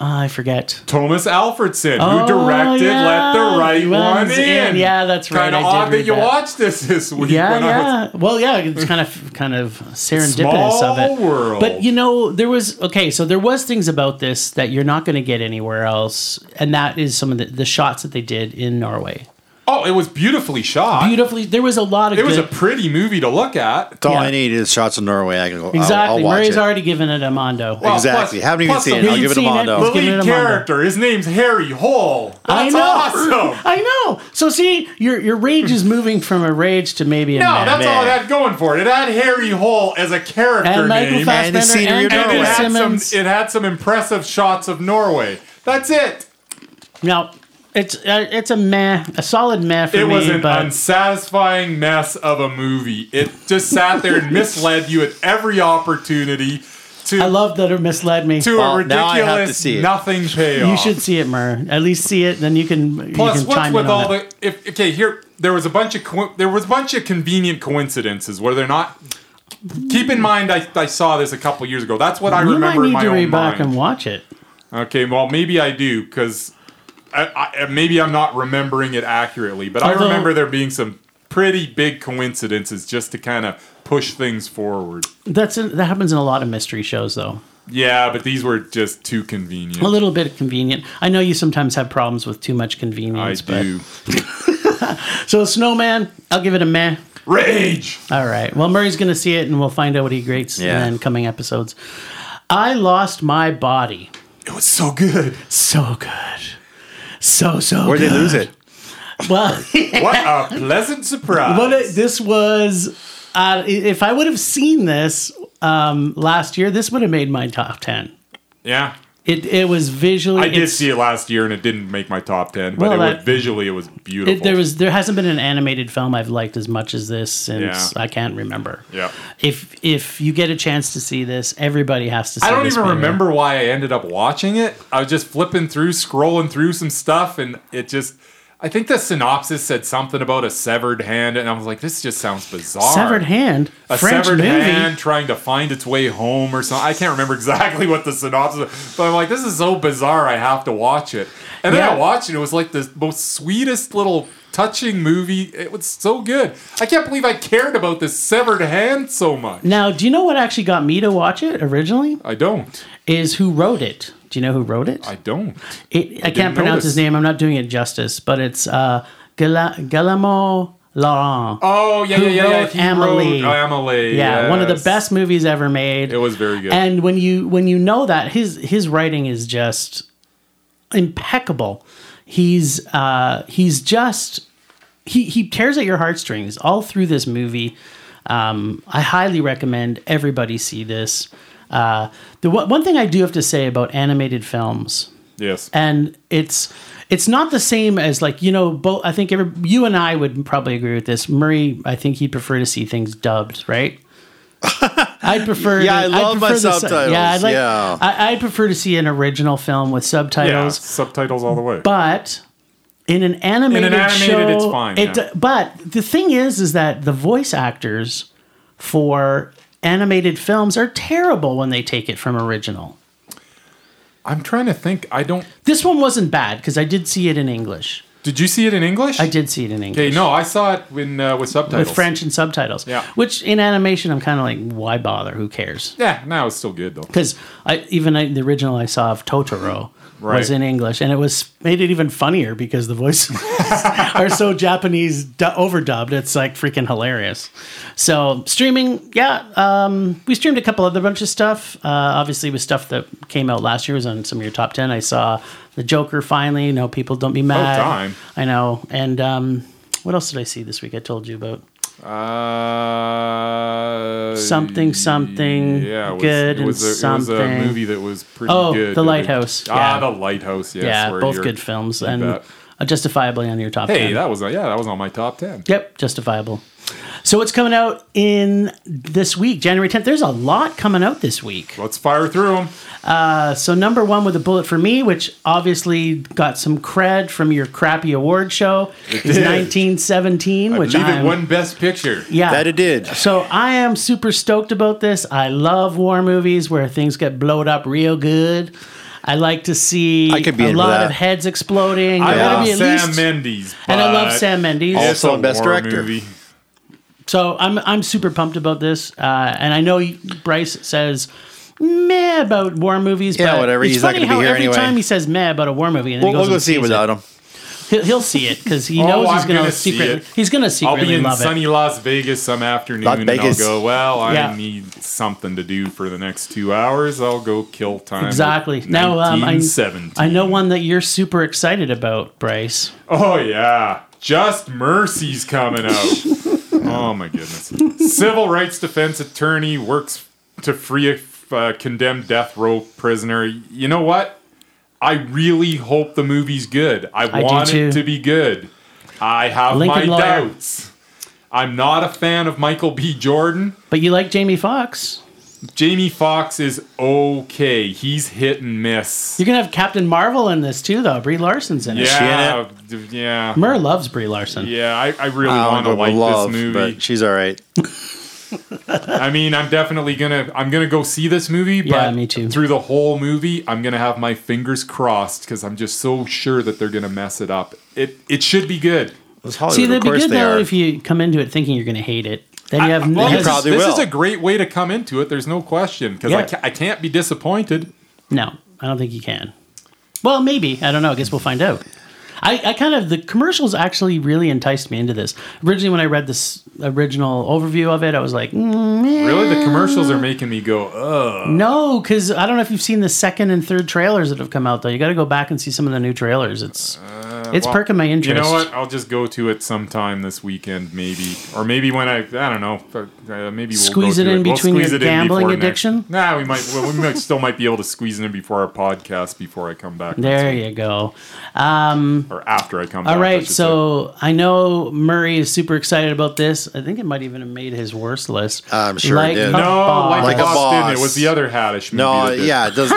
Speaker 2: Uh, I forget.
Speaker 1: Thomas Alfredson,
Speaker 2: Oh,
Speaker 1: who directed
Speaker 2: yeah.
Speaker 1: Let the Right
Speaker 2: One's
Speaker 1: One
Speaker 2: In.
Speaker 1: In.
Speaker 2: Yeah, that's right.
Speaker 1: Kind
Speaker 2: I
Speaker 1: of
Speaker 2: did
Speaker 1: odd
Speaker 2: read
Speaker 1: that you
Speaker 2: that.
Speaker 1: watched this this week.
Speaker 2: Yeah,
Speaker 1: when I was,
Speaker 2: yeah. Well, yeah, it's kind of kind of serendipitous of
Speaker 1: Small
Speaker 2: it.
Speaker 1: world.
Speaker 2: But you know, there was okay, so there was things about this that you're not going to get anywhere else, and that is some of the, the shots that they did in Norway.
Speaker 1: oh, it was beautifully shot.
Speaker 2: Beautifully, there was a lot of
Speaker 1: It was a
Speaker 2: good,
Speaker 1: pretty movie to look at.
Speaker 3: That's all
Speaker 2: Yeah.
Speaker 3: I need is shots of Norway. I can
Speaker 1: oh,
Speaker 3: go. I'll- I'll,
Speaker 2: exactly.
Speaker 3: watch
Speaker 2: Murray's
Speaker 3: it.
Speaker 2: already given it a mondo.
Speaker 1: Well,
Speaker 3: Exactly.
Speaker 1: plus-
Speaker 3: Haven't even
Speaker 1: plus
Speaker 3: seen
Speaker 1: the
Speaker 3: it. I'll
Speaker 2: lead
Speaker 3: give it a
Speaker 2: scene,
Speaker 3: mondo.
Speaker 2: it
Speaker 1: The
Speaker 2: was- Let's give it
Speaker 1: lead
Speaker 2: a
Speaker 1: character, his name's Harry Hall.
Speaker 2: I
Speaker 1: That's
Speaker 2: know. [LAUGHS]
Speaker 1: awesome.
Speaker 2: I know. So see, your your rage is moving from a rage to maybe a
Speaker 1: No,
Speaker 2: mad.
Speaker 1: that's
Speaker 3: Man.
Speaker 1: all it had going for it. It had Harry Hall as a character
Speaker 2: and Michael
Speaker 1: name,
Speaker 3: Fass- the
Speaker 2: Fassbender
Speaker 3: scenery
Speaker 2: and
Speaker 1: and
Speaker 3: of
Speaker 2: J.K.
Speaker 1: it
Speaker 3: Norway.
Speaker 1: had
Speaker 2: Simmons.
Speaker 1: some. It had some impressive shots of Norway. That's it.
Speaker 2: No, it's uh, it's a meh, a solid meh for
Speaker 1: It
Speaker 2: me.
Speaker 1: was an
Speaker 2: but
Speaker 1: unsatisfying mess of a movie. It just sat there
Speaker 2: [LAUGHS]
Speaker 1: and misled you at every opportunity to
Speaker 2: I love that it misled me.
Speaker 1: to a
Speaker 3: Well, now I have to
Speaker 1: ridiculous
Speaker 3: see it.
Speaker 1: nothing payoff.
Speaker 2: You should see it, Mer. At least see it, then you can.
Speaker 1: Plus,
Speaker 2: you can
Speaker 1: what's
Speaker 2: chime
Speaker 1: with
Speaker 2: in on
Speaker 1: all
Speaker 2: it.
Speaker 1: the if okay here there was a bunch of co- there was a bunch of convenient coincidences where they're not. Keep in mind, I, I saw this a couple years ago. That's what I
Speaker 2: You might
Speaker 1: remember in
Speaker 2: need
Speaker 1: my
Speaker 2: to
Speaker 1: own
Speaker 2: read
Speaker 1: mind.
Speaker 2: back and watch it.
Speaker 1: Okay, well, maybe I do because I, I, maybe I'm not remembering it accurately, but I
Speaker 2: Although-
Speaker 1: remember there being some pretty big coincidences just to kind of push things forward.
Speaker 2: That's in, that happens in a lot of mystery shows, though.
Speaker 1: Yeah, but these were just too convenient.
Speaker 2: A little bit convenient. I know you sometimes have problems with too much
Speaker 1: I
Speaker 2: convenience, but
Speaker 1: do
Speaker 2: so Snowman, I'll give it a meh.
Speaker 1: rage.
Speaker 2: All right. Well, Murray's going to see it, and we'll find out what he grates
Speaker 3: Yeah.
Speaker 2: in coming episodes. I lost my body.
Speaker 1: It was so
Speaker 2: [LAUGHS]
Speaker 1: good.
Speaker 2: So good. So so.
Speaker 3: Where'd they
Speaker 2: good.
Speaker 3: lose it?
Speaker 2: Well. [LAUGHS]
Speaker 1: What a pleasant surprise.
Speaker 2: But it, this was, uh, i- if I would have seen this um, last year, this would have made my top ten.
Speaker 1: yeah.
Speaker 2: It it was visually.
Speaker 1: I did
Speaker 2: it's-
Speaker 1: see it last year and it didn't make my top 10, but
Speaker 2: Well,
Speaker 1: it
Speaker 2: that-
Speaker 1: was, visually it was beautiful.
Speaker 2: It, there was there hasn't been an animated film I've liked as much as this since
Speaker 1: Yeah.
Speaker 2: I can't remember.
Speaker 1: Yeah.
Speaker 2: If if you get a chance to see this, everybody has to. see
Speaker 1: I don't
Speaker 2: this
Speaker 1: even
Speaker 2: movie.
Speaker 1: remember why I ended up watching it. I was just flipping through, scrolling through some stuff, and it just. I think the synopsis said something about a severed hand, and I was like, this just sounds bizarre.
Speaker 2: Severed Hand,
Speaker 1: A
Speaker 2: French
Speaker 1: severed
Speaker 2: movie.
Speaker 1: hand trying to find its way home or something. I can't remember exactly what the synopsis was, but I'm like, this is so bizarre, I have to watch it. And then
Speaker 2: Yeah.
Speaker 1: I watched it, it was like the most sweetest little touching movie. It was so good. I can't believe I cared about this severed hand so much.
Speaker 2: Now, do you know what actually got me to watch it originally?
Speaker 1: I don't.
Speaker 2: Is who wrote it? Do you know who wrote it?
Speaker 1: I don't.
Speaker 2: It, I, can't
Speaker 1: didn't
Speaker 2: pronounce his
Speaker 1: notice.
Speaker 2: name. I'm not doing it justice, but it's uh, Gala- Guillermo Laurent.
Speaker 1: Oh yeah,
Speaker 2: Who
Speaker 1: yeah, yeah, yeah.
Speaker 2: wrote
Speaker 1: He
Speaker 2: Emily.
Speaker 1: wrote Emily.
Speaker 2: yeah, one of the
Speaker 1: yes.
Speaker 2: best movies ever made.
Speaker 1: It was very good.
Speaker 2: And when you when you know that his his writing is just impeccable. He's uh, he's just he he tears at your heartstrings all through this movie. Um, I highly recommend everybody see this. Uh, the one one thing I do have to say about animated films
Speaker 1: Yes.
Speaker 2: and it's it's not the same as like you know both i think every, you and i would probably agree with this murray i think he'd prefer to see things dubbed
Speaker 3: [LAUGHS]
Speaker 2: right i'd prefer
Speaker 3: Yeah, I
Speaker 2: I'd
Speaker 3: love my
Speaker 2: prefer the su-
Speaker 3: subtitles,
Speaker 2: yeah i'd like
Speaker 3: yeah.
Speaker 2: I, i'd prefer to see an original film with
Speaker 1: yeah.
Speaker 2: subtitles
Speaker 1: Subtitles all the way.
Speaker 2: but in an animated,
Speaker 1: animated,
Speaker 2: show,
Speaker 1: it's fine,
Speaker 2: It,
Speaker 1: yeah.
Speaker 2: But the thing is, is that the voice actors for animated films are terrible when they take it from original.
Speaker 1: I'm trying to think. I don't.
Speaker 2: This one wasn't bad because I did see it in English.
Speaker 1: Did you see it in English?
Speaker 2: I did see it in English.
Speaker 1: Okay, no, I saw it when uh, with subtitles.
Speaker 2: with French and subtitles.
Speaker 1: Yeah.
Speaker 2: Which in animation, I'm kind of like, why bother? Who cares?
Speaker 1: Yeah, no, it's still good though.
Speaker 2: Because I even I, the original I saw of Totoro
Speaker 1: Right.
Speaker 2: was in English, and it was made it even funnier because the voices [LAUGHS] are so Japanese du- overdubbed. It's like freaking hilarious. So streaming, yeah, um, we streamed a couple other bunch of stuff. Uh, obviously, with stuff that came out last year was on some of your top ten. I saw the Joker finally. You know, people don't be mad.
Speaker 1: Oh, time.
Speaker 2: I know. And um, what else did I see this week? I told you about.
Speaker 1: Uh,
Speaker 2: Something, something
Speaker 1: Yeah, it was,
Speaker 2: good
Speaker 1: It was,
Speaker 2: and
Speaker 1: a, It was a
Speaker 2: something.
Speaker 1: movie that was pretty
Speaker 2: Oh,
Speaker 1: good.
Speaker 2: The
Speaker 1: that we-
Speaker 2: Lighthouse,
Speaker 1: Ah,
Speaker 2: yeah.
Speaker 1: the lighthouse. Yes,
Speaker 2: yeah,
Speaker 1: where
Speaker 2: both
Speaker 1: you're-
Speaker 2: good films
Speaker 1: you
Speaker 2: and
Speaker 1: bet.
Speaker 2: uh, justifiably on your top
Speaker 1: Hey,
Speaker 2: 10.
Speaker 1: that was on- yeah, that was on my top ten.
Speaker 2: yep, justifiable. So what's coming out in this week, January 10th? There's a lot coming out this week.
Speaker 1: Let's fire through them.
Speaker 2: Uh, so number one with a bullet for me, which obviously got some cred from your crappy award show, is
Speaker 1: did.
Speaker 2: 1917,
Speaker 1: I
Speaker 2: which
Speaker 1: believe it
Speaker 2: I'm,
Speaker 1: won Best Picture.
Speaker 2: yeah,
Speaker 3: That it did.
Speaker 2: So I am super stoked about this. I love war movies where things get blowed up real good. I like to see
Speaker 3: I could be
Speaker 2: a
Speaker 3: in for
Speaker 2: lot
Speaker 3: that.
Speaker 2: of heads exploding.
Speaker 1: I
Speaker 2: There gotta
Speaker 1: love
Speaker 2: be at
Speaker 1: Sam
Speaker 2: least-
Speaker 1: Mendes,
Speaker 2: and I love
Speaker 1: but
Speaker 2: Sam Mendes.
Speaker 1: it's
Speaker 3: Also
Speaker 1: a
Speaker 3: Best
Speaker 1: war
Speaker 3: Director.
Speaker 1: movie.
Speaker 2: So I'm I'm super pumped about this, uh, and I know Bryce says meh about war movies.
Speaker 3: Yeah,
Speaker 2: but
Speaker 3: whatever,
Speaker 2: It's
Speaker 3: he's not
Speaker 2: funny
Speaker 3: gonna be
Speaker 2: how
Speaker 3: here
Speaker 2: every
Speaker 3: anyway.
Speaker 2: time he says meh about a war movie, and then
Speaker 3: We'll,
Speaker 2: he goes
Speaker 3: we'll go
Speaker 2: and
Speaker 3: see it
Speaker 2: sees
Speaker 3: without him.
Speaker 2: He'll, he'll see it because
Speaker 1: [LAUGHS]
Speaker 2: he
Speaker 1: Oh,
Speaker 2: knows he's
Speaker 1: I'm
Speaker 2: gonna,
Speaker 1: gonna see
Speaker 2: secretly
Speaker 1: it.
Speaker 2: he's gonna
Speaker 1: I'll
Speaker 2: secretly
Speaker 1: be in
Speaker 2: love
Speaker 1: sunny
Speaker 2: it.
Speaker 1: Las Vegas some afternoon,
Speaker 3: Las
Speaker 1: and I'll
Speaker 3: Vegas.
Speaker 1: go. Well, I
Speaker 2: Yeah.
Speaker 1: need something to do for the next two hours. I'll go kill time. with
Speaker 2: Exactly. Now um, I,
Speaker 1: 1917.
Speaker 2: I know one that you're super excited about, Bryce.
Speaker 1: Oh yeah, Just Mercy's coming
Speaker 3: [LAUGHS]
Speaker 1: out. oh my goodness. Civil rights defense attorney works to free a uh, condemned death row prisoner. You know what? I really hope the movie's good. I,
Speaker 2: do
Speaker 1: want
Speaker 2: too.
Speaker 1: it to be good. I have
Speaker 2: Lincoln
Speaker 1: my
Speaker 2: lawyer.
Speaker 1: doubts. I'm not a fan of Michael B. Jordan.
Speaker 2: But you like Jamie Foxx.
Speaker 1: Jamie Foxx is okay. He's hit and miss.
Speaker 2: You're gonna have Captain Marvel in this too, though. Brie Larson's in it.
Speaker 1: Yeah, yeah,
Speaker 2: Mur loves Brie Larson.
Speaker 1: yeah. I, I really
Speaker 3: I
Speaker 1: want to
Speaker 3: don't
Speaker 1: like
Speaker 3: love,
Speaker 1: this movie.
Speaker 3: but she's all right.
Speaker 1: I mean, I'm definitely gonna I'm gonna go see this movie, but
Speaker 2: Yeah, me too.
Speaker 1: through the whole movie, I'm gonna have my fingers crossed because I'm just so sure that they're gonna mess it up. It it should be good.
Speaker 3: It's Hollywood.
Speaker 2: See, that'd
Speaker 3: of
Speaker 2: be
Speaker 3: course
Speaker 2: good
Speaker 3: they
Speaker 2: though
Speaker 3: are.
Speaker 2: if you come into it thinking you're gonna hate it. Then you have
Speaker 1: Well,
Speaker 2: has-
Speaker 1: this,
Speaker 3: probably
Speaker 1: this
Speaker 3: will.
Speaker 1: is a great way to come into it. There's no question because I,
Speaker 2: Yeah.
Speaker 1: ca- I can't be disappointed.
Speaker 2: No, I don't think you can. Well, maybe. I don't know. I guess we'll find out. I, I kind of the commercials actually really enticed me into this. Originally, when I read this original overview of it, I was like, mm,
Speaker 1: Really, the commercials are making me go, ugh.
Speaker 2: no, because I don't know if you've seen the second and third trailers that have come out though. You got to go back and see some of the new trailers. It's it's
Speaker 1: Uh, well,
Speaker 2: perking my
Speaker 1: You
Speaker 2: interest.
Speaker 1: know what? I'll just go to it sometime this weekend, maybe, or maybe when I I don't know. Uh, maybe we'll
Speaker 2: Squeeze
Speaker 1: go
Speaker 2: it
Speaker 1: to
Speaker 2: in
Speaker 1: We'll
Speaker 2: between
Speaker 1: squeeze
Speaker 2: your
Speaker 1: it in before
Speaker 2: gambling
Speaker 1: next-
Speaker 2: addiction?
Speaker 1: Nah, we might. Well, we might still might be able to squeeze it in before our podcast before I come back. next
Speaker 2: There you go.
Speaker 1: or after I come back.
Speaker 2: All
Speaker 1: I
Speaker 2: right,
Speaker 1: should
Speaker 2: so I know Murray is super excited about this. I think it might even have made his worst list.
Speaker 3: I'm sure it did.
Speaker 2: a
Speaker 1: say. no, like,
Speaker 2: boss.
Speaker 1: like
Speaker 3: a boss.
Speaker 1: Boston, it was the other Haddish movie.
Speaker 3: No,
Speaker 1: that did-
Speaker 3: yeah, it does.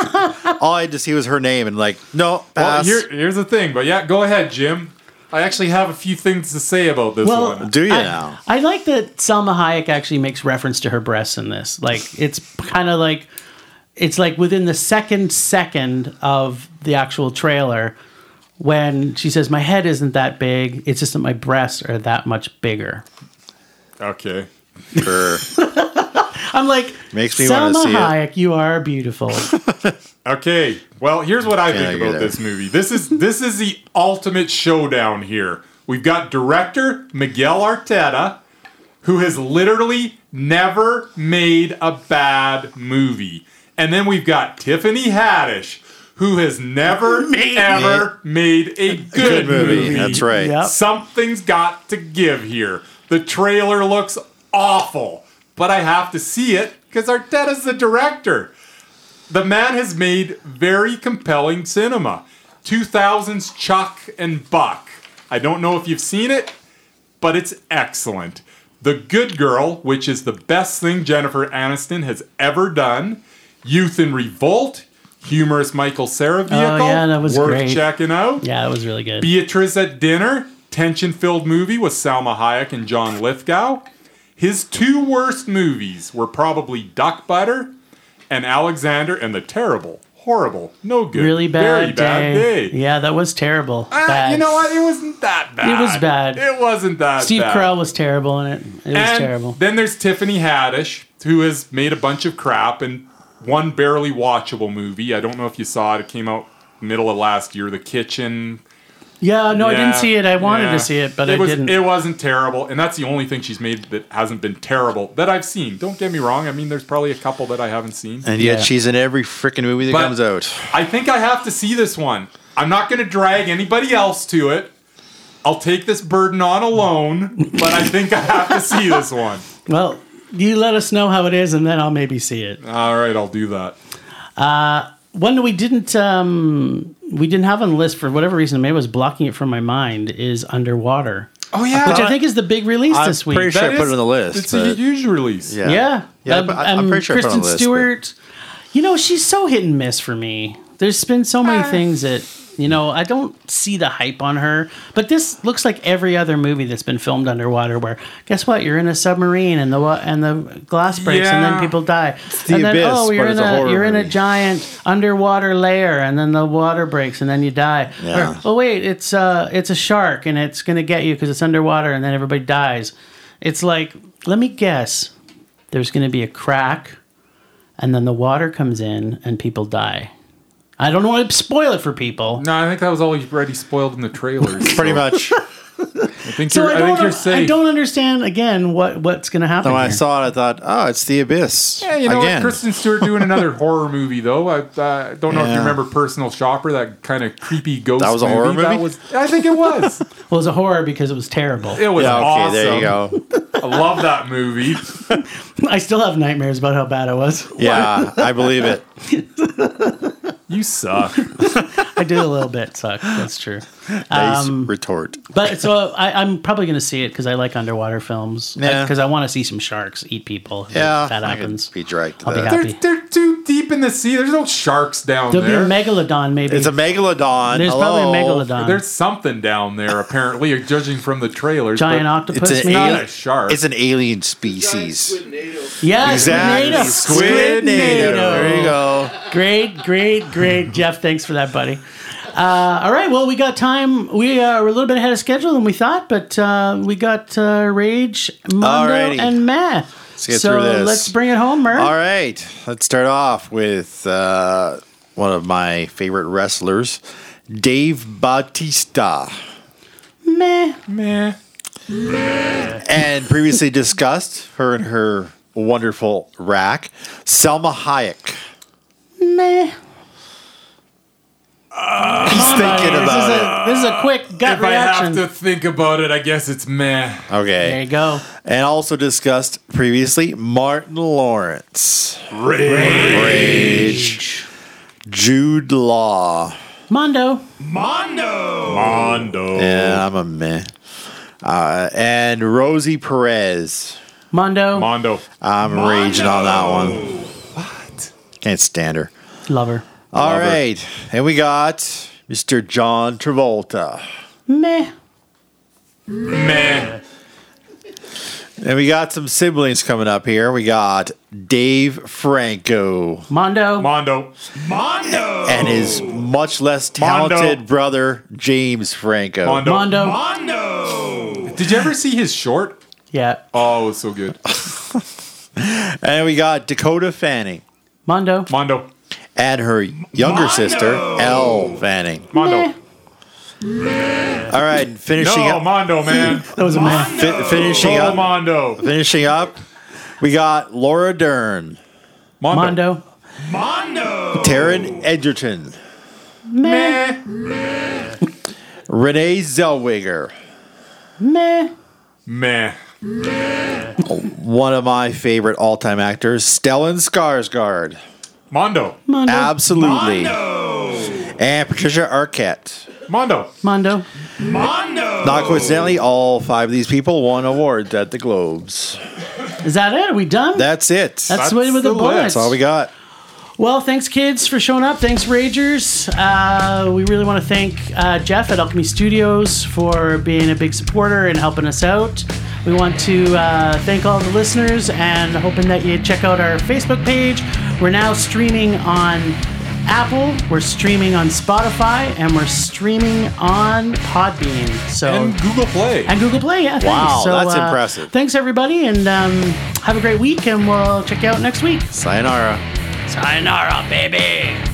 Speaker 3: all I had to see was her name, and like, no,
Speaker 1: Well,
Speaker 3: pass.
Speaker 1: here, here's the thing, but yeah, go ahead, Jim. I actually have a few things to say about this one.
Speaker 3: Do you
Speaker 2: I, [LAUGHS]
Speaker 3: now?
Speaker 2: I like that Selma Hayek actually makes reference to her breasts in this. Like it's kind of like it's like within the second second of the actual trailer when she says, "My head isn't that big. It's just that my breasts are that much bigger."
Speaker 1: Okay.
Speaker 3: Her.
Speaker 2: I'm like,
Speaker 3: Makes me wanna
Speaker 2: Selma
Speaker 3: see it.
Speaker 2: Hayek, you are
Speaker 3: [LAUGHS]
Speaker 2: beautiful.
Speaker 1: Okay. Well, here's what I
Speaker 3: Yeah,
Speaker 1: think
Speaker 3: you're
Speaker 1: about
Speaker 3: there.
Speaker 1: this movie. This is this is the ultimate showdown here. We've got director Miguel Arteta, who has literally never made a bad movie. And then we've got Tiffany Haddish, who has never ever made a good,
Speaker 3: Good movie.
Speaker 1: movie.
Speaker 3: That's right.
Speaker 2: Yep.
Speaker 1: Something's got to give here. The trailer looks awful, but I have to see it because Arteta's the director. The man has made very compelling cinema. 2000's Chuck and Buck. I don't know if you've seen it, but it's excellent. The Good Girl, which is the best thing Jennifer Aniston has ever done. Youth in Revolt, humorous Michael Cera vehicle.
Speaker 2: Oh, yeah, that was
Speaker 1: worth
Speaker 2: great.
Speaker 1: checking out.
Speaker 2: Yeah, that was really good.
Speaker 1: Beatrice at Dinner, tension filled movie with Salma Hayek and John Lithgow. His two worst movies were probably Duck Butter and Alexander and the Terrible, Horrible, No Good,
Speaker 2: really bad,
Speaker 1: Very Bad Day.
Speaker 2: Yeah, that was terrible.
Speaker 1: Ah,
Speaker 2: bad.
Speaker 1: you know what? It wasn't that bad.
Speaker 2: was bad.
Speaker 1: It wasn't that
Speaker 2: Steve
Speaker 1: bad.
Speaker 2: Carell was terrible in it. It was
Speaker 1: And
Speaker 2: terrible.
Speaker 1: Then there's Tiffany Haddish, who has made a bunch of crap and one barely watchable movie. I don't know if you saw it. It came out middle of last year. The Kitchen.
Speaker 2: Yeah, no, Oh, I
Speaker 1: Yeah,
Speaker 2: didn't see it. I wanted
Speaker 1: yeah.
Speaker 2: to see it, but I
Speaker 1: was,
Speaker 2: didn't.
Speaker 1: It wasn't terrible, and that's the only thing she's made that hasn't been terrible that I've seen. Don't get me wrong. I mean, there's probably a couple that I haven't seen.
Speaker 3: And yet
Speaker 2: Yeah.
Speaker 3: she's in every freaking movie that
Speaker 1: But-
Speaker 3: comes out.
Speaker 1: I think I have to see this one. I'm not going to drag anybody else to it. I'll take this burden on alone,
Speaker 3: [LAUGHS]
Speaker 1: but I think I have to see this one.
Speaker 2: well, you let us know how it is, and then I'll maybe see it.
Speaker 1: All right, I'll do that.
Speaker 2: One that we didn't um, we didn't have on the list for whatever reason. Maybe I was blocking it from my mind. Is Underwater,
Speaker 1: Oh yeah,
Speaker 2: which I
Speaker 3: Uh,
Speaker 2: think is the big release
Speaker 3: I'm
Speaker 2: this week.
Speaker 3: pretty sure I put it on the list,
Speaker 1: It's a
Speaker 3: but-
Speaker 1: huge release.
Speaker 3: Yeah.
Speaker 2: Yeah,
Speaker 3: Yeah,
Speaker 2: Um,
Speaker 3: but I- I'm
Speaker 2: um,
Speaker 3: pretty sure I put it on
Speaker 2: Kristen
Speaker 3: the list, but-
Speaker 2: Stewart. You know, she's so hit and miss for me. There's been so many things that you know I don't see the hype on her. But this looks like every other movie that's been filmed underwater. Where guess what? You're in a submarine and the wa- and the glass breaks and
Speaker 1: Yeah.
Speaker 2: then people die.
Speaker 3: the
Speaker 2: and then
Speaker 3: abyss,
Speaker 2: oh, you're
Speaker 3: but
Speaker 2: in
Speaker 3: it's a horror
Speaker 2: you're in a
Speaker 3: movie.
Speaker 2: giant underwater lair and then the water breaks and then you die.
Speaker 3: Yeah.
Speaker 2: Or, oh wait, it's uh it's a shark and it's gonna get you because it's underwater and then everybody dies. It's like let me guess there's going to be a crack, and then the water comes in and people die. I don't want to spoil it for people.
Speaker 1: No, I think that was already spoiled in the trailers.
Speaker 3: Pretty
Speaker 1: so
Speaker 3: much.
Speaker 1: I think
Speaker 2: So
Speaker 1: you're,
Speaker 2: I
Speaker 1: I
Speaker 2: don't,
Speaker 1: think
Speaker 2: I,
Speaker 1: you're safe.
Speaker 2: don't understand again what what's going to happen.
Speaker 3: When I
Speaker 2: here.
Speaker 3: saw it, I thought, oh, it's the abyss.
Speaker 1: Yeah, you know
Speaker 3: Again.
Speaker 1: what? Kristen Stewart doing
Speaker 3: [LAUGHS]
Speaker 1: another horror movie though. I uh, don't know if you
Speaker 3: Yeah.
Speaker 1: remember Personal Shopper, that kind of creepy ghost.
Speaker 3: That was a horror
Speaker 1: That
Speaker 3: movie?
Speaker 1: was. I think it was.
Speaker 2: Well, it was a horror because it was terrible.
Speaker 1: It was
Speaker 3: yeah, okay,
Speaker 1: awesome.
Speaker 3: there you go.
Speaker 1: I love that movie.
Speaker 2: [LAUGHS] I still have nightmares about how bad it was.
Speaker 3: [LAUGHS] Yeah, I believe it.
Speaker 1: You suck.
Speaker 2: I did a little bit suck. That's true.
Speaker 3: Nice
Speaker 1: Um,
Speaker 3: retort.
Speaker 2: But so I, I'm probably going to see it because I like underwater films.
Speaker 3: Yeah.
Speaker 2: Because I want to see some sharks eat people. if
Speaker 3: Yeah,
Speaker 2: That
Speaker 3: I could
Speaker 2: happens.
Speaker 3: Be dragged to
Speaker 2: I'll be
Speaker 3: that.
Speaker 2: happy.
Speaker 1: they're, they're too deep in the sea. There's no sharks down
Speaker 2: There'll
Speaker 1: there.
Speaker 2: be a megalodon maybe.
Speaker 3: It's a megalodon.
Speaker 2: There's probably a
Speaker 3: Hello.
Speaker 2: megalodon.
Speaker 1: There's something down there apparently, [LAUGHS] judging from the trailers.
Speaker 2: giant
Speaker 1: but-
Speaker 2: octopus.
Speaker 3: It's an
Speaker 2: maybe?
Speaker 1: Not
Speaker 3: alien.
Speaker 1: a shark.
Speaker 3: It's an alien species.
Speaker 2: Yeah,
Speaker 3: Exactly.
Speaker 2: tornado.
Speaker 3: Squid native. There you go.
Speaker 2: Great, great, great, Jeff. Thanks for that, buddy. Uh, all right, well, we got time. We uh, were a little bit ahead of schedule than we thought, but uh, we got uh, Rage, Mondo,
Speaker 3: Alrighty.
Speaker 2: and Matt. Let's
Speaker 3: get
Speaker 2: so
Speaker 3: through this.
Speaker 2: let's bring it home, Mer.
Speaker 3: All right, let's start off with uh, one of my favorite wrestlers, Dave Bautista.
Speaker 2: Meh.
Speaker 1: Meh.
Speaker 3: And
Speaker 2: [LAUGHS]
Speaker 3: previously discussed, her and her wonderful rack, Selma Hayek.
Speaker 2: Meh.
Speaker 3: He's thinking
Speaker 2: This is, a,
Speaker 3: about
Speaker 2: this is a quick gut
Speaker 1: If I have
Speaker 2: reaction.
Speaker 1: to think about it, I guess it's meh.
Speaker 3: it. Okay.
Speaker 2: There you go.
Speaker 3: And also discussed previously Martin Lawrence, Rage, Jude Law.
Speaker 2: Mondo.
Speaker 1: Mondo. Mondo.
Speaker 3: Yeah, I'm a meh. Uh, and Rosie Perez.
Speaker 2: Mondo.
Speaker 1: Mondo.
Speaker 3: I'm raging on that one.
Speaker 1: What?
Speaker 3: Can't stand her.
Speaker 2: Lover.
Speaker 3: All
Speaker 1: Love her.
Speaker 3: right, and we got Mr. John Travolta,
Speaker 2: Meh.
Speaker 1: Meh.
Speaker 3: and we got some siblings coming up here. We got Dave Franco
Speaker 2: Mondo.
Speaker 1: Mondo. Mondo.
Speaker 3: and his much less talented
Speaker 1: Oh. Mondo.
Speaker 3: brother James Franco.
Speaker 1: Mondo.
Speaker 2: Mondo.
Speaker 1: Mondo. Did you ever see his short?
Speaker 2: yeah.
Speaker 1: Oh, it was so good.
Speaker 3: And we got Dakota Fanning
Speaker 2: Mondo.
Speaker 1: Mondo.
Speaker 3: and her younger sister Elle Fanning.
Speaker 1: Mondo.
Speaker 2: Meh.
Speaker 3: All right, and
Speaker 1: No,
Speaker 3: finishing up,
Speaker 1: Mondo, man.
Speaker 2: That was a meh.
Speaker 3: fi- finishing
Speaker 1: Total
Speaker 3: up,
Speaker 1: Mondo.
Speaker 3: finishing up. We got Laura Dern,
Speaker 2: Mondo.
Speaker 1: Mondo.
Speaker 3: Taryn Edgerton,
Speaker 2: Meh.
Speaker 1: Meh.
Speaker 3: Renee Zellweger.
Speaker 2: Meh.
Speaker 1: Meh.
Speaker 3: One of my favorite all-time actors, Stellan Skarsgård.
Speaker 1: Mondo.
Speaker 2: Mondo.
Speaker 3: Absolutely. And Patricia Arquette.
Speaker 1: Mondo.
Speaker 2: Mondo.
Speaker 3: Not coincidentally, all five of these people won awards at the Globes.
Speaker 2: Is that it? Are we done?
Speaker 3: That's it. That's,
Speaker 2: That's,
Speaker 1: That's
Speaker 2: what with
Speaker 1: the
Speaker 2: the
Speaker 1: list.
Speaker 2: bullets.
Speaker 3: all we got.
Speaker 2: Well, thanks, kids, for showing up. Thanks, Ragers. Uh, we really want to thank uh, Jeff at Alchemy Studios for being a big supporter and helping us out. We want to uh, thank all the listeners and hoping that you check out our Facebook page. We're now streaming on Apple, we're streaming on Spotify, and we're streaming on Podbean. So
Speaker 1: And Google Play.
Speaker 2: and Google Play, yeah.
Speaker 3: Wow,
Speaker 2: thanks. So,
Speaker 3: that's
Speaker 2: uh,
Speaker 3: impressive.
Speaker 2: Thanks, everybody, and um, have a great week, and we'll check you out next week.
Speaker 3: Sayonara.
Speaker 2: Sayonara, baby.